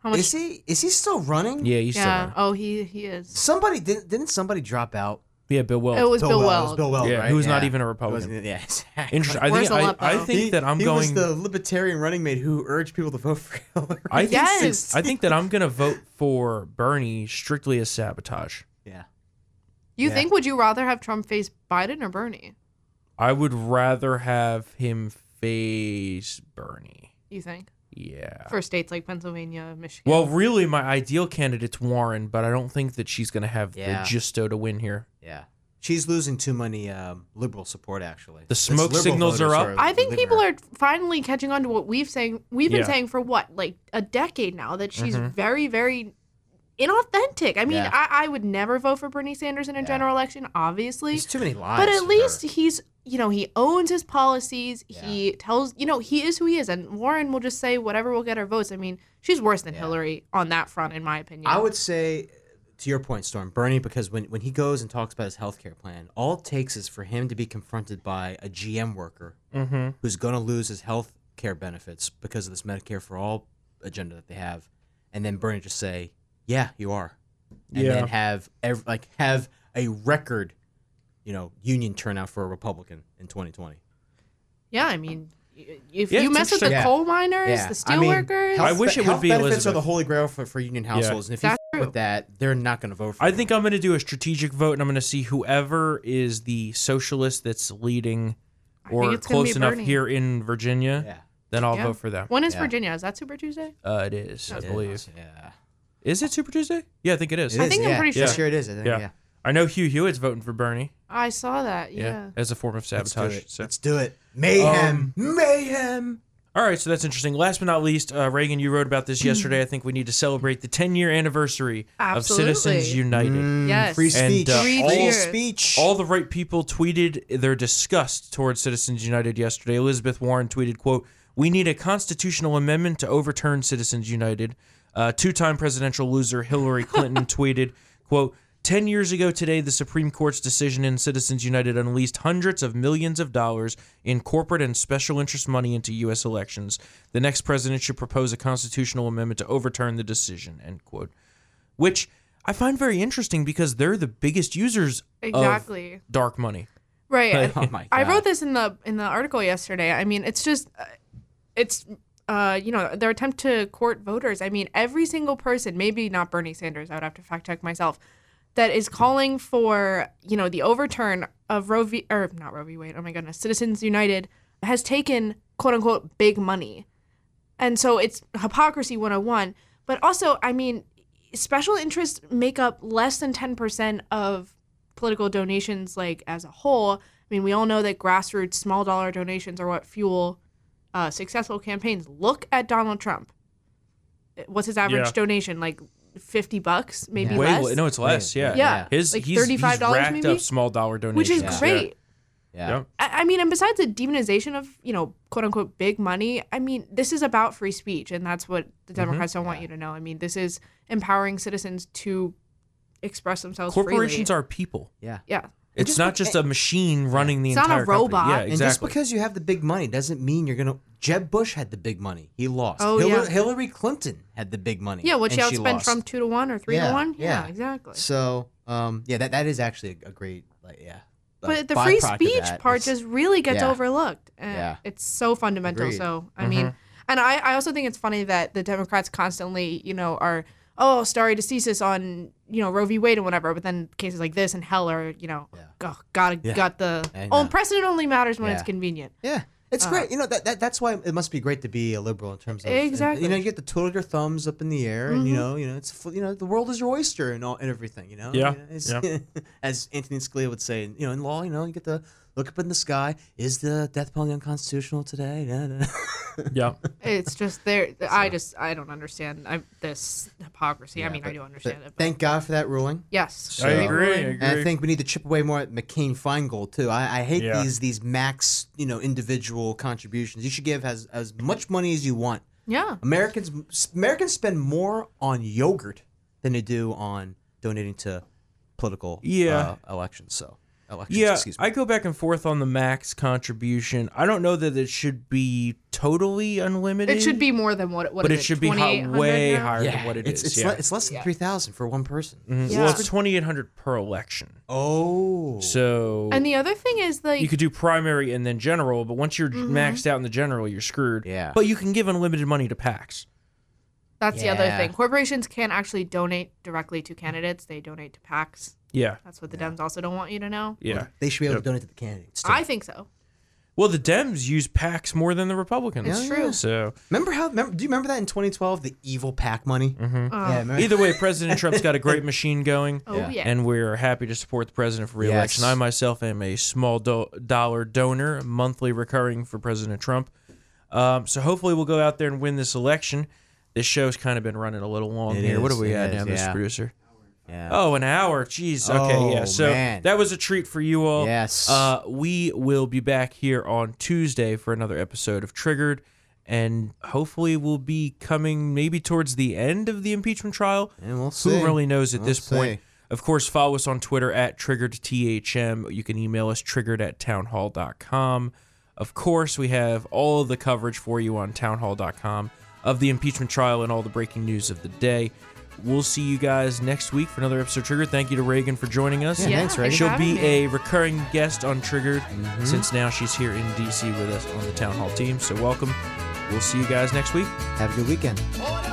C: How much?
B: Is he is he still running?
A: Yeah, he's
C: yeah.
A: still.
C: Oh, he he is.
B: Somebody didn't didn't somebody drop out?
A: Yeah, Bill Weld.
C: It was Bill,
B: Weld- it
C: Weld.
B: was Bill Weld,
A: Yeah,
B: right?
A: who was not even a Republican.
B: Wasn't- Yeah, exactly.
A: Interesting. I
C: Where's
A: think,
C: the
A: I,
C: left
A: I
C: though?
A: think
B: He-
A: that I'm
B: he
A: going.
B: was the libertarian running mate who urged people to vote for Hillary.
A: I think
C: Yes.
A: I think that I'm going to vote for Bernie strictly as sabotage.
B: yeah.
C: You
B: Yeah.
C: think would you rather have Trump face Biden or Bernie?
A: I would rather have him face Bernie.
C: You think
A: Yeah.
C: for states like Pennsylvania, Michigan?
A: Well, really, my ideal candidate's Warren, but I don't think that she's going to have
B: Yeah.
A: the gisto to win here.
B: Yeah. She's losing too many um, liberal support actually.
A: The
B: It's
A: smoke
B: liberal
A: signals are
B: voters
A: up.
B: who
C: I think
B: leaving
C: people
B: her.
C: are finally catching on to what we've saying. We've been
A: Yeah.
C: saying for what like a decade now that she's very very inauthentic. I mean,
B: Mm-hmm. Yeah.
C: I, I would never vote for Bernie Sanders in a general election, obviously.
B: There's too many lies.
C: But
B: with
C: at
B: her.
C: least he's you know he owns his policies. He tells you know he is who he is, and Warren will just say whatever will get her votes. I mean, she's worse than Hillary on that front, in my opinion.
B: I would say, to your point, Storm, Bernie, because when, when he goes and talks about his health care plan, all it takes is for him to be confronted by a GM worker
A: Mm-hmm.
B: who's going to lose his health care benefits because of this Medicare for All agenda that they have. And then Bernie just say, yeah, you are. And then
A: Yeah.
B: have ev- like have a record, you know, union turnout for a Republican in 2020.
C: Yeah, I mean, y- if
A: Yeah,
C: you
A: it's
C: mess with the
A: interesting.
B: Yeah.
C: coal miners, the
B: I
C: steel
B: mean,
C: workers,
A: I wish it would
B: health
A: be
B: benefits are
A: Elizabeth.
B: the holy grail for, for union households, and if you
C: That's
B: f-
C: true.
B: with that, they're not going to vote for.
A: I
B: you.
A: think I'm going to do a strategic vote, and I'm going to see whoever is the socialist that's leading or
C: it's gonna be
A: close enough
C: Bernie.
A: here in Virginia.
B: Yeah.
A: Then I'll
C: Yeah.
A: vote for them.
C: when is
B: Yeah.
C: Virginia? Is that Super Tuesday?
A: Uh, it is, I believe.
B: Yeah.
A: Is it Super Tuesday? Yeah, I think it is.
B: It
C: I
B: is,
C: think I'm
B: yeah.
C: pretty
B: Yeah.
C: sure.
B: it is. I think,
A: Yeah.
B: yeah.
A: I know Hugh Hewitt's voting for Bernie.
C: I saw that. Yeah.
A: Yeah. As a form of sabotage. so-
B: Let's do it. Mayhem.
A: Um,
B: Mayhem.
A: All right, so that's interesting. Last but not least, uh, Reagan, you wrote about this yesterday. I think we need to celebrate the 10 year anniversary
C: Absolutely.
A: of Citizens United.
B: Mm.
C: Yes.
B: Free
A: And,
B: speech.
A: uh,
C: Free
B: all
C: cheers.
B: speech.
A: All the right people tweeted their disgust towards Citizens United yesterday. Elizabeth Warren tweeted, quote, We need a constitutional amendment to overturn Citizens United. Uh, two-time presidential loser Hillary Clinton tweeted, "Quote." 10 years ago today, the Supreme Court's decision in Citizens United unleashed hundreds of millions of dollars in corporate and special interest money into U.S. elections. The next president should propose a constitutional amendment to overturn the decision, end quote. Which I find very interesting because they're the biggest users
C: Exactly.
A: of dark money.
C: Right. and
B: Oh my
C: I
B: God.
C: wrote this in the in the article yesterday. I mean, it's just uh, it's uh, you know, their attempt to court voters. I mean, every single person, maybe not Bernie Sanders, I would have to fact check myself, that is calling for, you know, the overturn of Roe v or not Roe v. Wade, oh my goodness, Citizens United has taken quote unquote big money. And so it's hypocrisy 101. But also, I mean, special interests make up less than 10% of political donations, like as a whole. I mean, we all know that grassroots, small dollar donations are what fuel uh, successful campaigns. Look at Donald Trump. What's his average
A: Yeah.
C: donation? Like 50 bucks, maybe
B: Yeah.
A: Way
C: less?
A: le- no, it's less. Yeah,
C: Yeah.
A: His
C: Like
A: he's, he's
C: $35
A: racked
C: maybe?
A: up small dollar donations,
C: Which is
A: yeah.
C: great.
B: Yeah.
A: Yep.
C: I I mean, and besides the demonization of, you know, quote unquote big money, I mean, this is about free speech. And that's what the
B: Mm-hmm.
C: Democrats don't want you to know. I mean, this is empowering citizens to express themselves
A: Corporations
C: freely.
A: are people.
B: Yeah.
C: Yeah.
A: It's
B: just
A: not
B: be-
A: just a machine running the
C: It's not a
A: entire company.
C: robot.
A: Yeah,
C: And
A: exactly.
B: And just because you have the big money doesn't mean you're gonna. Jeb Bush had the big money. He lost.
C: Oh,
B: Hillary,
C: yeah.
B: Hillary Clinton had the big money.
C: Yeah, which
B: and she
C: you outspend
B: lost.
C: from two to one or three
B: Yeah,
C: to one. Yeah,
B: yeah.
C: exactly.
B: So, um, yeah, that that is actually a great, like, yeah.
C: but
B: like,
C: the free
B: byproduct of
C: speech
B: that
C: part
B: is-
C: just really gets
B: yeah.
C: overlooked. And
B: Yeah.
C: It's so fundamental.
B: Agreed.
C: So, I mean, and I, I also think it's funny that the Democrats constantly, you know, are, oh, stare decisis on, you know, Roe v. Wade and whatever. But then cases like this and hell are, you know, oh, gotta, got the,
B: I
C: oh,
B: know.
C: precedent only matters when it's
B: Yeah.
C: convenient.
B: Yeah. It's
C: Uh-huh.
B: great. You know, that, that that's why it must be great to be a liberal in terms of
C: Exactly. Mm-hmm.
B: You know, you get to twiddle your thumbs up in the air and you know, you know, it's fl- you know, the world is your oyster and all and everything, you know?
A: Yeah,
B: You know, it's- as Anthony Scalia would say, you know, in law, you know, you get to look up in the sky, is the death penalty unconstitutional today? Da, da.
A: yeah.
C: It's just there. I just, I don't understand I, this hypocrisy. I mean, I do understand it. But
B: Thank God for that ruling.
A: I
C: yes.
B: So-
A: agree. I
C: And
A: agree.
B: And I think we need to chip away more at McCain Feingold too. I, I hate
A: Yeah.
B: these these max, you know, individual contributions. You should give as as much money as you want.
C: Yeah.
B: Americans Americans spend more on yogurt than they do on donating to political
A: Yeah.
B: uh, elections. So elections,
A: yeah,
B: excuse me.
A: I go back and forth on the max contribution. I don't know that it should be totally unlimited.
C: It should be more than what, what
A: but
C: is
A: it should be high,
C: 2800
A: way
C: now?
A: higher than what it
B: it's
A: is,
B: it's,
A: yeah. Mm-hmm.
B: le- it's less than three thousand for one person.
A: Well,
C: Yeah.
A: it's twenty eight hundred per election.
B: Oh,
A: So
C: And the other thing is like
A: you could do primary and then general, but once you're maxed out in the general, you're screwed.
B: Yeah.
A: But you can give unlimited money to PACs.
C: That's the other
B: Yeah.
C: thing. Corporations can't actually donate directly to candidates. They donate to PACs.
A: Yeah.
C: That's what the Dems also don't want you to know.
A: Yeah.
B: they should be able to donate to the candidates. Too.
C: I think so.
A: Well, the Dems use PACs more than the Republicans.
C: It's true.
A: So
B: remember how? Remember, do you remember that in 2012, the evil PAC money? Mm-hmm.
A: Uh.
B: yeah, remember-
A: either way, President Trump's got a great machine going.
C: Oh yeah.
A: And we're happy to support the president for reelection.
B: Yes.
A: I myself am a small do- dollar donor, monthly recurring for President Trump. Um, so hopefully we'll go out there and win this election. This show's kind of been running a little long
B: It
A: here. what
B: is,
A: are we
B: it
A: at
B: is,
A: now, Mr.
B: yeah.
A: Producer?
B: Yeah.
A: Oh, an hour. Jeez. Okay, yeah.
B: Oh,
A: So
B: man.
A: that was a treat for you all.
B: Yes.
A: Uh, we will be back here on Tuesday for another episode of Triggered. And hopefully we'll be coming maybe towards the end of the impeachment trial.
B: And we'll see.
A: Who really knows at
B: We'll
A: this point?
B: see.
A: Of course, follow us on Twitter at TriggeredTHM. You can email us triggered at townhall.com. Of course, we have all of the coverage for you on townhall.com of the impeachment trial and all the breaking news of the day. We'll see you guys next week for another episode of Triggered. Thank you to Reagan for joining us.
B: Yeah, thanks, Reagan.
A: She'll
C: for
A: be
C: having me.
A: a recurring guest on Triggered since now she's here in DC with us on the Town Hall team. So, welcome. We'll see you guys next week.
B: Have a good weekend.
H: Order